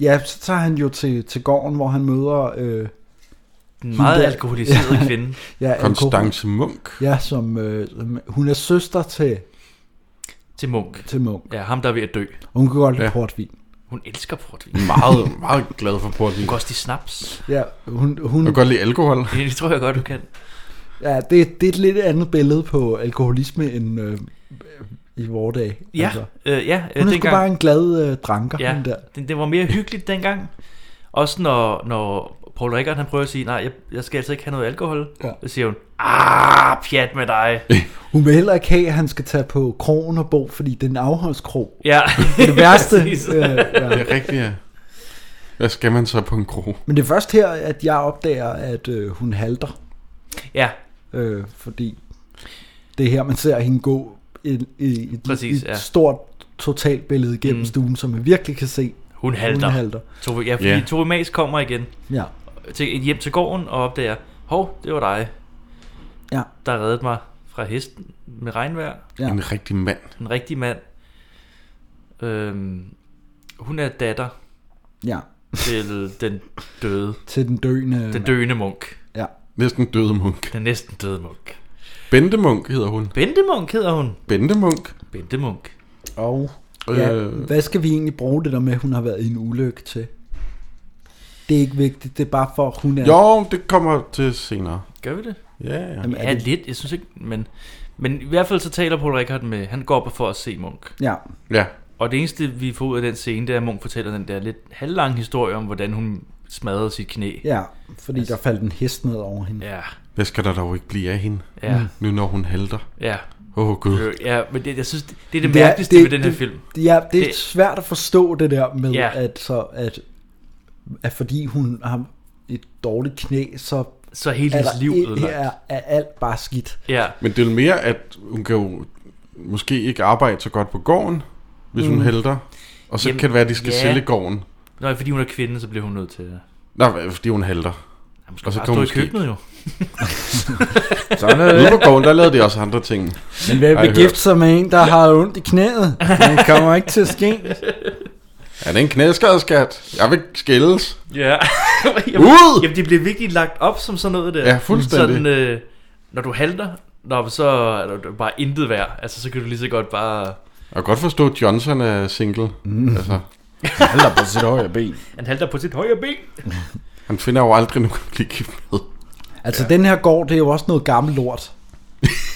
ja, så tager han jo til, til gården, hvor han møder øh, en meget der- alkoholiseret kvinde. ja, en ko- Konstance Munk. Ja, som, øh, som- hun er søster til, Til Munk. til Munk. Ja, ham der er ved at dø. Hun kan godt lide ja. Ja. portvin. Hun elsker portvin. Meget, meget glad for portvin. Hun går også til snaps. Ja, hun, hun, Jeg kan godt lide alkohol. Det tror jeg godt, du kan. ja det, det er et lidt andet billede på alkoholisme end øh, i vore dage. Ja, Altså. øh, ja Hun øh, er sgu dengang. bare en glad øh, dranker, ja. Ja, hun der. det, det var mere hyggeligt dengang. Også når, når Paul Rickard han prøver at sige, nej, jeg, jeg skal altså ikke have noget alkohol. Ja. Ja. Så siger hun, ah, pjat med dig. Hun vil heller ikke have, at han skal tage på krogen og bo, fordi det er en afholdskrog. Ja. Det værste. Præcis. øh, ja. Det er rigtigt, ja. Hvad skal man så på en kro? Men det er først her, at jeg opdager, at øh, hun halter. ja, Øh, fordi det er her, man ser hende gå et, et, et, Præcis, et ja. stort totalbillede gennem mm. stuen, som man virkelig kan se. hun halter. Hun halter. Tove, ja, fordi Ja. yeah. Tove Mas kommer igen Ja. til, hjem til gården og opdager, hov, det var dig, Ja. der reddede mig fra hesten med regnvejr. Ja. Ja. En rigtig mand. En rigtig mand. Øhm, hun er datter Ja. til den døde, Til den døende. den døende munk. Ja. Næsten døde munk. Den næsten døde munk. Bente Munk hedder hun. Bente Munk hedder hun. Bente Munk. Bente Munk. Og ja, Ja. Øh, hvad skal vi egentlig bruge det der med, at hun har været i en ulykke til? Det er ikke vigtigt, det er bare for, at hun er... jo, det kommer til senere. Gør vi det? Ja, ja. Jamen, er Ja, det- lidt. Jeg synes ikke, men... Men i hvert fald så taler Paul Rickard med, han går op for at se Munk. Ja, ja. Og det eneste, vi får ud af den scene, det er, at Munk fortæller den der lidt halvlange historie om, hvordan hun smadrede sit knæ. ja, fordi altså, der faldt en hest ned over hende. Ja, Mm. Hvad skal der dog ikke blive af hende, ja, nu når hun halter? ja. Åh, oh, gud. Øh, ja men det, jeg synes, det, det er det, mærkeligste ved den her film. Ja, det er Det- svært at forstå det der med, ja. Ja. at, så, at at fordi hun har et dårligt knæ, så, Så hele er hendes der liv e- ødelagt. er, er alt bare skidt. Ja. Men det er jo mere, at hun kan jo måske ikke arbejde så godt på gården, hvis mm. Mm. hun hælder. Og så Jamen, kan det være, at de ja. skal yeah. sælge gården. Nå, fordi hun er kvinde, så bliver hun nødt til det. Nej, fordi hun halter. Jamen, skal Og så bare kan stå hun i køkkenet jo. Sådan er det. Ude på gården, der lavede de også andre ting. Men hvad har jeg vil gifte sig med en, der har ondt i knæet? Det kommer ikke til at ske. hørt. Er det en knæskade, skat? Jeg vil skilles. Ja. jamen, Ud! Jamen, det bliver virkelig lagt op som sådan noget der. Ja, fuldstændig. Sådan, øh, når du halter, når, så er du bare intet værd. Altså, så kan du lige så godt bare... Jeg kan godt forstå, at Johnson er single. Mm. Altså, Halder på sit højre ben. Han halter på sit højre ben. han finder jo aldrig nogen at blive gift med. Altså, ja. den her gård, det er jo også noget gammelt lort.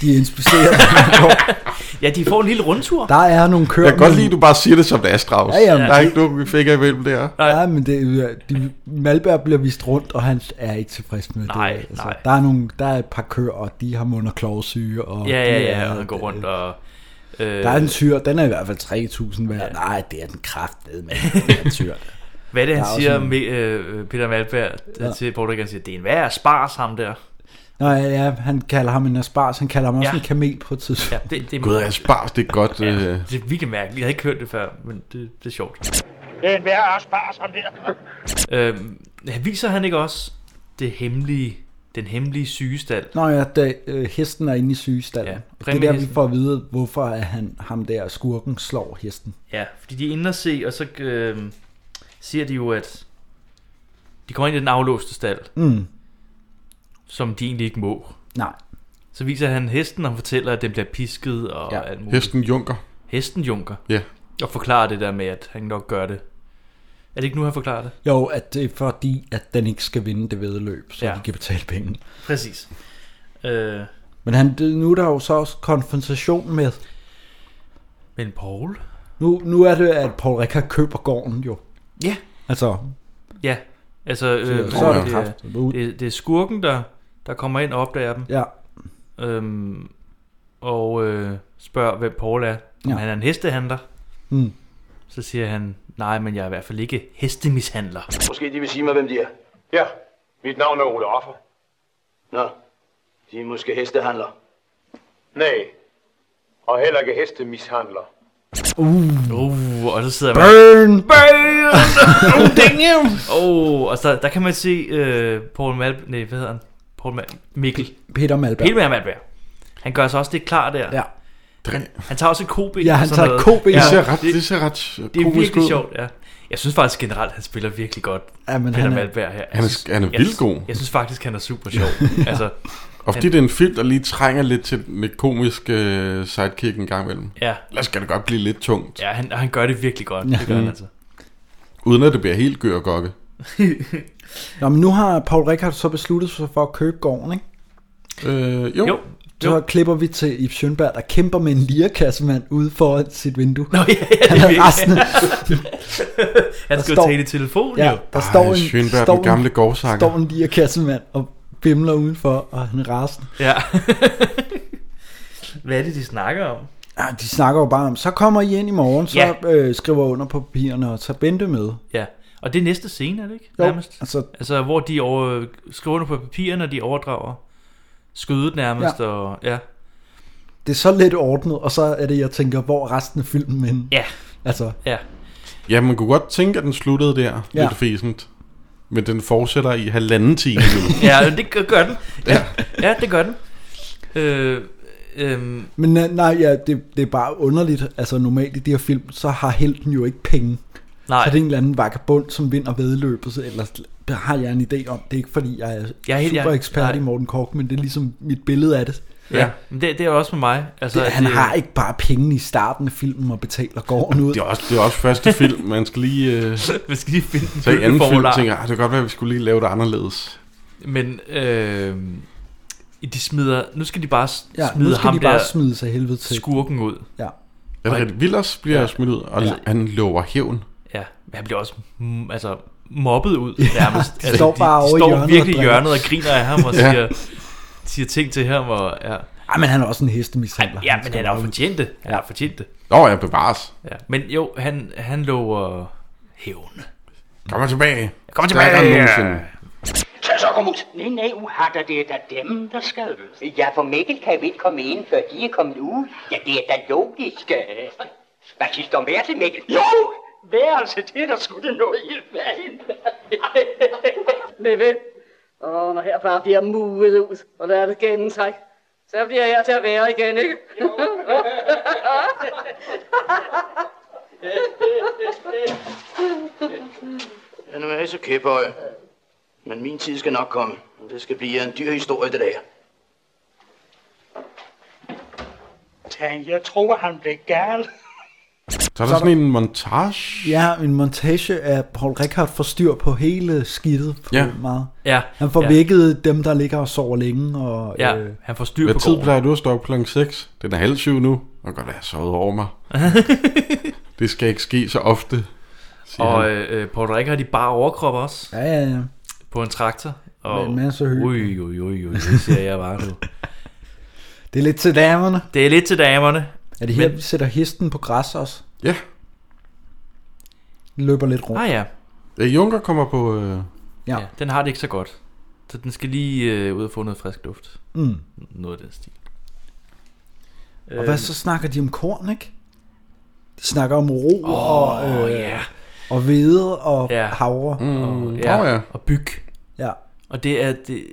De inspicerer den her gård. Ja, de får en lille rundtur. Der er nogle køer. Jeg kan godt men- lide, at du bare siger det som det er, Strauss. Ja, jamen. Der er ikke nogen, vi fik af, hvem det er. Ja, men det, er- de, Malberg bliver vist rundt, og han er ikke tilfreds med Nej, det. Altså, nej. Der, er nogle, der er et par køer, og de har mund- og klovsyge. Og Ja, ja, de ja, er- og han går rundt og... Øh, Der er en tyr, den er i hvert fald 3.000 værd. Ja. Nej, det er den kraftede med. tyr. Hvad er det, han Der er siger, også en- med, øh, Peter Malberg ja. Ja. til Portugal? Han siger, det er en værre spars ham der. Nå ja, ja, han kalder ham en aspars, han kalder ham også Ja. ja. en kamel på et tidspunkt. Ja, det, det, er, Gud, jeg spars, det er godt. Ja. Øh, det er virkelig mærkeligt. Jeg havde ikke hørt det før, men det, det er sjovt. Det er en værre aspars, ham der. Øh, viser han ikke også det hemmelige, den hemmelige sygestal? Nå ja, da øh, hesten er inde i sygestallen. Ja, Ja, det er der, vi præmiehesten. får at vide, hvorfor er han, ham der skurken slår hesten. Ja, fordi de er inde og se, og så øh, siger de jo, at de kommer ind i den aflåste stald, Mm. som de egentlig ikke må. Nej. Så viser han hesten og fortæller, at den bliver pisket og ja. alt muligt. hesten Junker. Hesten junker. Ja. Og forklarer det der med, at han nok gør det. Er det ikke nu, han forklarer det? Jo, at det er fordi, at den ikke skal vinde det vedløb, så Ja. ja. de kan betale penge. Præcis. Øh, Men han, det- nu er der jo så også konfrontation med... men Paul? Nu, nu er det, at Paul Rikard køber gården jo. Ja. Altså, Ja, altså øh, Så er der det, kraft. er, det, er- det er skurken, der, der kommer ind og opdager dem. Ja. Øhm, og øh, spørger, hvem Paul er. Om Ja. han er en hestehandler. Mm. Så siger han, nej, men jeg er i hvert fald ikke hestemishandler. Måske de vil sige mig, hvem de er. Ja, mit navn er Ole Offer. Nå, de er måske hestehandler. Nej, og heller ikke hestemishandler. Uh. Uh, og så sidder man... Burn! Burn! oh, damn! Oh, og så, der kan man se øh, Paul Mal... Nej, hvad hedder han? Paul Mal... Mikkel. Peter Malberg. Peter Malberg. Han gør sig også det klar der. Ja. Han, han tager også et kobe. Ja, han tager et koben. Det ser ret, det ser ret Det er komisk virkelig ud. sjovt, ja. Jeg synes faktisk generelt, han spiller virkelig godt. Ja, men Peter han er- Malberg her. Jeg Han er- synes- han er jeg- vildt god. Jeg synes faktisk, han er super sjov. altså, Og fordi det er en film, der lige trænger lidt til den lidt komiske øh, sidekick en gang imellem. Ja. Ellers skal det godt blive lidt tungt, ja, han, han gør det virkelig godt. Det gør han altså. uden at det bliver helt gør og gokke. Nå, men nu har Paul Rikard så besluttet sig for at købe gården, ikke? Øh, jo. Jo. Så klipper vi til Ip Schønberg, der kæmper med en lirakassemand ude foran sit vindue. Nå, ja, det han er er virkelig- rasende. Han Der skal jo står- tale i telefon, ja, jo. der står en, Schønberg, står den gamle en, gårdsanger. står en lirakassemand og bimler udenfor, og han er rasende. Ja. Hvad er det, de snakker om? Ja, de snakker jo bare om, så kommer I ind i morgen, så Ja. ja. øh, skriver jeg under på papirerne og tager Bente med. Ja, og det er næste scene, er det ikke? Jo, Nærmest. altså- altså, hvor de over, skriver under på papirerne, og de overdrager skødet nærmest, ja. Ja. og ja. Det er så lidt ordnet, og så er det, jeg tænker, hvor er resten af filmen henne? Ja, Altså, ja. Ja, man kunne godt tænke, at den sluttede der, ja. Ja. lidt fæsent. Men den fortsætter i halvanden time nu. Ja, det gør- gør den. Ja, ja det gør den. Øh, øhm, men øh, nej, ja, det, det er bare underligt. Altså normalt i de her film, så har helten jo ikke penge. nej, Så er det en eller anden vagabund, som vinder vedløbet, så ellers har jeg en idé om. Det er ikke fordi, jeg er Jeg er helt- super jeg- ekspert nej. i Morten Kork, men det er ligesom mit billede af det. ja. Men det, det er også med mig. Altså, det at han det, har ikke bare penge i starten af filmen og betaler gården ud. Det er også, det er også første film, man skal lige... Øh, Vi skal lige finde den så i anden film formular. tænker jeg, "Ah, det kan godt være, at vi skulle lige lave det anderledes. Men øh, de smider, nu skal de bare s- Ja, smide nu skal ham de bare der smide sig helvede til. skurken ud. Ja. Er det rigtigt? Villers bliver Ja. ja. smidt ud, og Ja. han lover hævn. Ja, men han bliver også mm, altså, mobbet ud nærmest. Altså, de står bare de, de over i hjørnet og står virkelig i drikker. hjørnet og griner af ham og Ja. siger, siger ting til ham. Og, ja. Ej, men han er også en hestemishandler. ja, Han men skal han er jo bare ud. fortjent det. Han er jo fortjent det. Nå, jeg bevares. Ja. Men jo, han, han lover hævn. Kom her tilbage. Kom Der er tilbage! der nogensinde. Tag så, kom ud. Nej, nej, uhatter, det er da dem, der skal ud. Ja, for Mikkel kan vi ikke komme ind, før de er kommet ud. Ja, det er da logisk. øh. Hvad synes du om værelset, Mikkel? Jo! Værelse, det er der sgu da noget i vejen. Med hvem? Og når herfra bliver muet ud, og der er det gennemtræk, så bliver jeg til at være igen, ikke? Den er masse kæphøj. Men min tid skal nok komme. og Det skal blive en dyr historie, det der. Tag, jeg tror, han blev gal. Så er der sådan en montage. Ja, en montage af Paul Rickard får styr på hele skidtet på Ja. meget. Ja, Han får ja. vækket dem, der ligger og sover længe. Og, Ja, øh, han får styr Hvad på tid gården. plejer du at stå op klokken 6? Den er halv syv nu. Og godt, at jeg har sovet over mig. det skal ikke ske så ofte. siger Og han. øh, øh, Paul Rickard i bare overkrop også. Ja, ja, ja. På en traktor. Med Og en masse hø. Ui, ui, ui, ui, det siger jeg bare nu. det er lidt til damerne. Det er lidt til damerne. Er det her, Men- vi sætter hesten på græs også? Ja. Løber lidt rundt. Ah ja. Ja, Junker kommer på... Øh... Ja. ja. Den har det ikke så godt. Så den skal lige øh, ud og få noget frisk luft. Mm. Noget af den stil. Og hvad Øh. så snakker de om korn, ikke? De snakker om ro Åh, og, øh, ja. og hvede og Ja. Mm. havre. Og, ja, Åh, ja. og byg. Ja. Og det er... Det,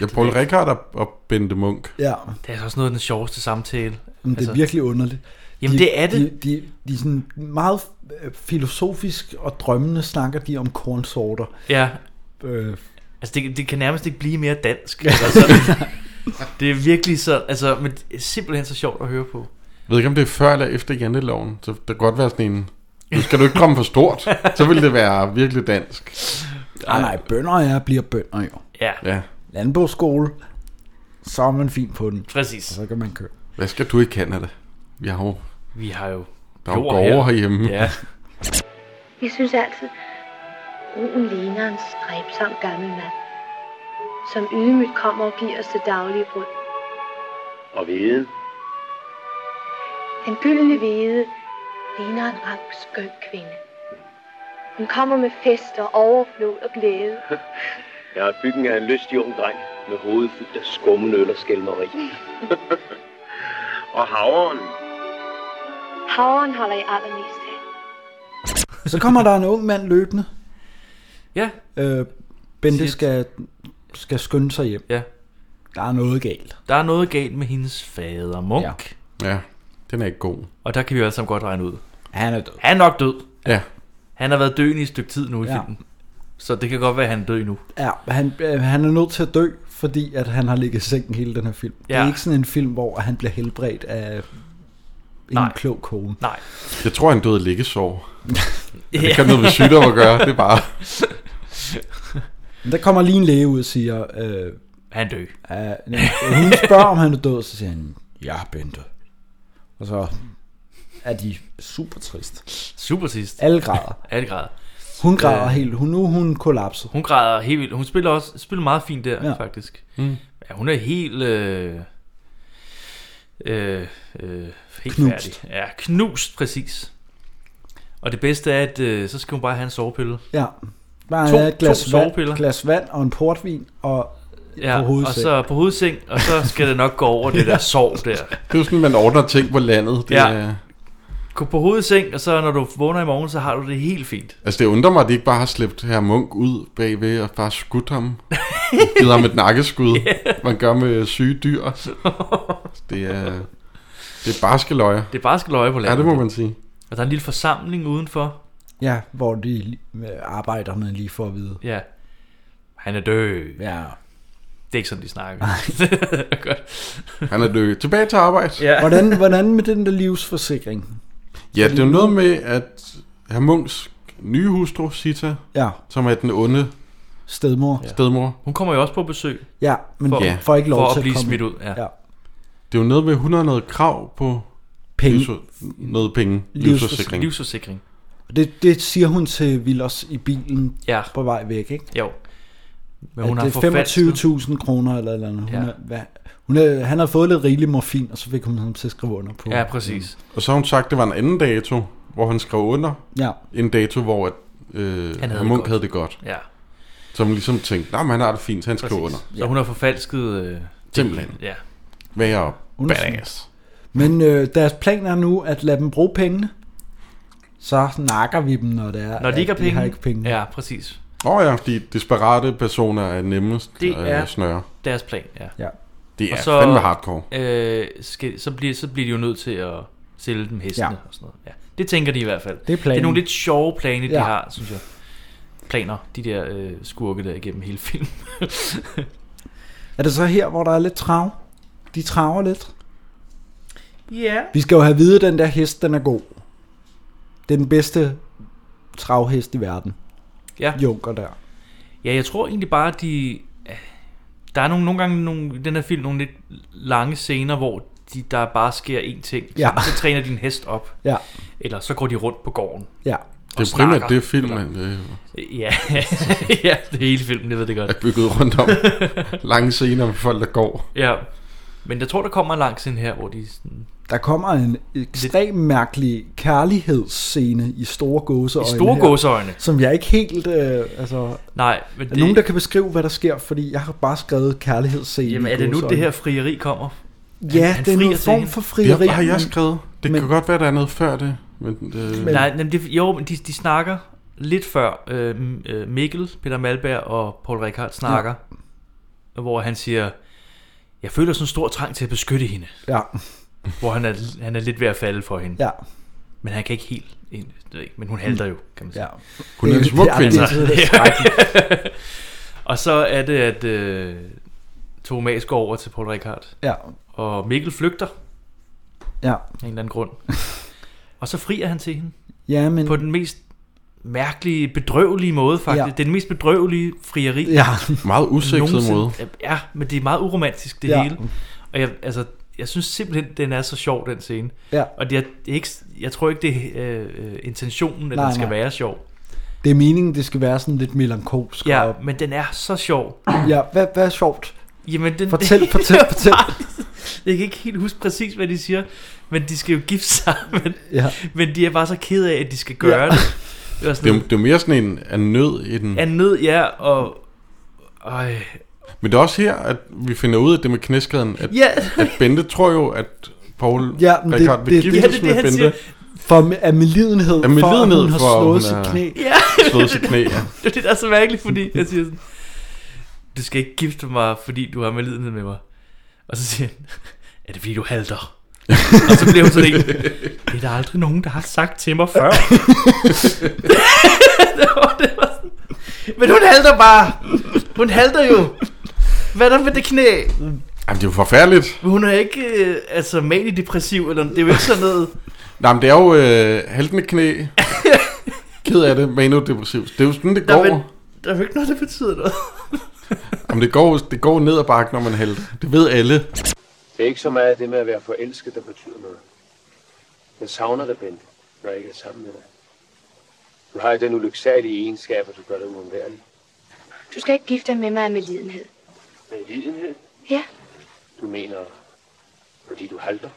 Ja, Paul Rickard og, og Bente Munk. Ja. det er altså også noget af den sjoveste samtale. Altså, Men det er virkelig underligt. Jamen, det er det. De, de, de er sådan meget øh, filosofisk og drømmende snakker de om kornsorter. Ja. Øh. Altså, det, det kan nærmest ikke blive mere dansk. Altså, sådan, det er virkelig så... Altså, men det er simpelthen så sjovt at høre på. Jeg ved ikke, om det er før eller efter janteloven. Så der kan godt være sådan en... Nu skal du ikke komme for stort. så vil det være virkelig dansk. Nej, nej, bønder er, bliver bønder jo. Ja. ja. Landbrugsskole, så er man fin på den. Præcis. Og så kan man køre. Hvad skal du i Canada? Vi har jo... Vi har jo... Der er jo jord her. gårde herhjemme. Ja. Jeg synes altid, roen ligner en stræbsom gammel mand, som ydmygt kommer og giver os det daglige brød. Og viden. Den gyldne hvide ligner en rank skøn kvinde. Hun kommer med fester, overflod og glæde. Ja, byggen er en lystig ung dreng med hovedet fyldt af skummende øl og skælmeri. og havren. Havren holder jeg allermest af. Så kommer der en ung mand løbende. Ja. Øh, Bente skal, skal skynde sig hjem. Ja. Der er noget galt. Der er noget galt med hendes fader, Munk. Ja. ja, den er ikke god. Og der kan vi jo alle sammen godt regne ud. Han er død. Han er nok død. Ja. Han har været døende i et stykke tid nu i Ja. ja. filmen. Så det kan godt være, at han er død nu. Ja, han, øh, han er nødt til at dø, fordi at han har ligget i sengen hele den her film. Ja. Det er Ja. ikke sådan en film, hvor han bliver helbredt af en Nej. klog kone. Nej. Jeg tror, han døde af liggesår. Ja. ja. Det kan noget med sygdom at gøre. Det er bare... Men der kommer lige en læge ud og siger... Øh, han dø. Øh, hun spørger, om han er død, så siger han, ja, Bente. Og så er de super trist. Super sidst. Alle græder. Alle græder. Hun græder Øh, øh. helt. Hun, nu er hun kollapset. Hun græder helt vildt. Hun spiller også spiller meget fint der, Ja. ja. faktisk. Mm. Ja, hun er helt... Øh, øh, øh, helt Knust. Færdig. Ja, knust, præcis. Og det bedste er, at øh, så skal hun bare have en sovepille. Ja. Bare To- to, et glas, to vand, sovepiller. glas vand og en portvin og Ja, på og hovedet. så på hovedseng, og så skal det nok gå over det der sov der. Det er jo sådan, man ordner ting på landet. Det øh, Ja. ja. er... Gå på hovedseng, og så når du vågner i morgen, så har du det helt fint. Altså, det undrer mig, at de ikke bare har slæbt her Munk ud bagved og bare skudt ham. Givet ham et nakkeskud. Man gør med syge dyr. Det er... Det er barske løjer. Det er bare skal løje på landet. Ja, det må man sige. Og der er en lille forsamling udenfor. Ja, hvor de øh, arbejder med lige for at vide. Ja. Han er død. Ja. Det er ikke sådan, de snakker. Godt. Han er død. Tilbage til arbejde. Ja. Hvordan, hvordan med den der livsforsikring? Ja, det er jo noget med, at herr Munks nye hustru, Sita, Ja. som er den onde Stedmor. stedmor. Hun kommer jo også på besøg. Ja, men for, ja. får ikke lov for til at at blive komme smidt ind. ud. Ja. Ja. Det er jo noget med, at hun har noget krav på Penge. livs- noget penge. Livsforsikring. Livsforsikring. Livsforsikring. Og Det, det siger hun til Vilos i bilen ja. på vej væk, ikke? Jo. Men At hun har det forfalsket. er 25.000 kroner eller et eller andet. Hun Ja. er, hvad, hun er, han har fået lidt rigelig morfin, og så fik hun ham til at skrive under på. Ja, præcis. Og så har hun sagt, at det var en anden dato, hvor han skrev under. Ja. En dato, hvor at, øh, Han han havde havde det Munk godt. havde det godt. Ja. Som ligesom tænkte, nej, han har det fint, han skriver under. Så hun har forfalsket... Øh, Simpelthen. Ja. Være Undersøg. badass. Men øh, deres plan er nu at lade dem bruge pengene. Så nakker vi dem, når det er, Når de at ikke har De har penge. ikke penge. Ja, præcis. Åh oh ja, de desperate personer er nemmest Det øh, er snøre. deres plan, ja. Ja. Det Og er fandme hardcore. Øh, skal, så, bliver, så bliver de jo nødt til at sælge dem hestene Ja. ja. og sådan noget. Ja. Det tænker de i hvert fald. Det er planen. Det er nogle lidt sjove planer, de Ja. ja. har, synes jeg. Planer, de der øh, skurke der igennem hele filmen. Er det så her, hvor der er lidt trav? De traver lidt. Ja. Vi skal jo have at vide, at den der hest, den er god. Det er den bedste travhest i verden. Ja. Junker der. Ja, jeg tror egentlig bare, at de... Der er nogle, nogle gange nogle, i den her film nogle lidt lange scener, hvor de, der bare sker én ting. Ja. Så, så træner din hest op. Ja. Eller så går de rundt på gården. Ja. og Det er primært snakker. det film, han øh, Ja, ja det er hele filmen, det ved det godt. er bygget rundt om. Lange scener med folk, der går. Ja, men jeg tror, der kommer en lang scene her, hvor de sådan... Der kommer en ekstremt mærkelig kærlighedsscene i store gåseøjne. I store her, gåseøjne. Som jeg ikke helt... Øh, altså, Nej, men er det... det- nogen, der kan beskrive, hvad der sker? Fordi jeg har bare skrevet kærlighedsscene Jamen, i er det nu, gåseøjne. det her frieri kommer? Ja, det er frier noget til form hende. for frieri. Det har jeg skrevet. Det men- men, kan godt være, der er noget før det. Men, øh, Nej, men det, jo, men de, de snakker lidt før øh, m- øh, Mikkel, Peter Malberg og Paul Rikard snakker, ja. hvor han siger, jeg føler sådan en stor trang til at beskytte hende. Ja. Hvor han er, han er lidt ved at falde for hende. Ja. Mm. Men han kan ikke helt ind, det ved jeg ikke, men hun halter jo, kan man sige. Ja. Hun er en smuk kvinde. og så er det, at øh, Thomas går over til Paul Rikard. Ja. Og Mikkel flygter. Ja. Af en eller anden grund. og så frier han til hende. Ja, men... På den mest mærkelige, bedrøvelige måde, faktisk. Ja. Ja. Det er den mest bedrøvelige frieri. Ja. Meget usexet nogensinde. måde. Ja, men det er meget uromantisk, det Ja. ja. hele. Og jeg, altså, jeg synes simpelthen, den er så sjov, den scene. Ja. Og det er, det er ikke, jeg tror ikke, det er øh, øh, intentionen, at Nej, den skal nej. være sjov. Det er meningen, det skal være sådan lidt melankolsk. Ja, men den er så sjov. Ja, hvad, hvad er sjovt? Jamen, den... Fortæl, fortæl, fortæl. Jeg kan ikke helt huske præcis, hvad de siger, men de skal jo gifte sig, men, Ja. ja. men de er bare så ked af, at de skal gøre ja. Ja. det. Det var Det er, sådan, det er mere sådan en af nød i den. er nød, ja, og... Øj, Men det er også her, at vi finder ud af det med knæskaden, at, Ja. at Bente tror jo, at Paul Ja, ja, men Rikard det- vil det- det- giftes det er med det, han Bente. For af melidenhed, Af for at hun medlidenhed har for, at slået hun sit er- knæ. Ja. Slået sit knæ, ja. Det er det, der er så mærkeligt, fordi jeg siger sådan, du skal ikke gifte mig, fordi du har medlidenhed med mig. Og så siger han, er det fordi, du halter? og så bliver hun sådan en, det er der aldrig nogen, der har sagt til mig før. det var, det var sådan, men hun halter bare. Hun halter jo. Hvad er der med det knæ? Jamen, det er jo forfærdeligt. Men hun er ikke øh, altså manidepressiv, eller det er jo ikke sådan noget. Nej, men det er jo øh, haltende knæ. Ked af det, manodepressivt. Det er jo sådan, det Der, går. men, der er jo ikke noget, der betyder noget. Jamen, det går, det går ned ad bakken, når man halter. Det ved alle. Det er ikke så meget det med at være forelsket, der betyder noget. Jeg savner dig, Bente, når jeg ikke er sammen med dig. Du har jo den ulyksalige egenskab, at du gør dig uundværlig. Du skal ikke gifte dig med mig af medlidenhed. Med lidenhed, Ja, du mener, fordi du halter.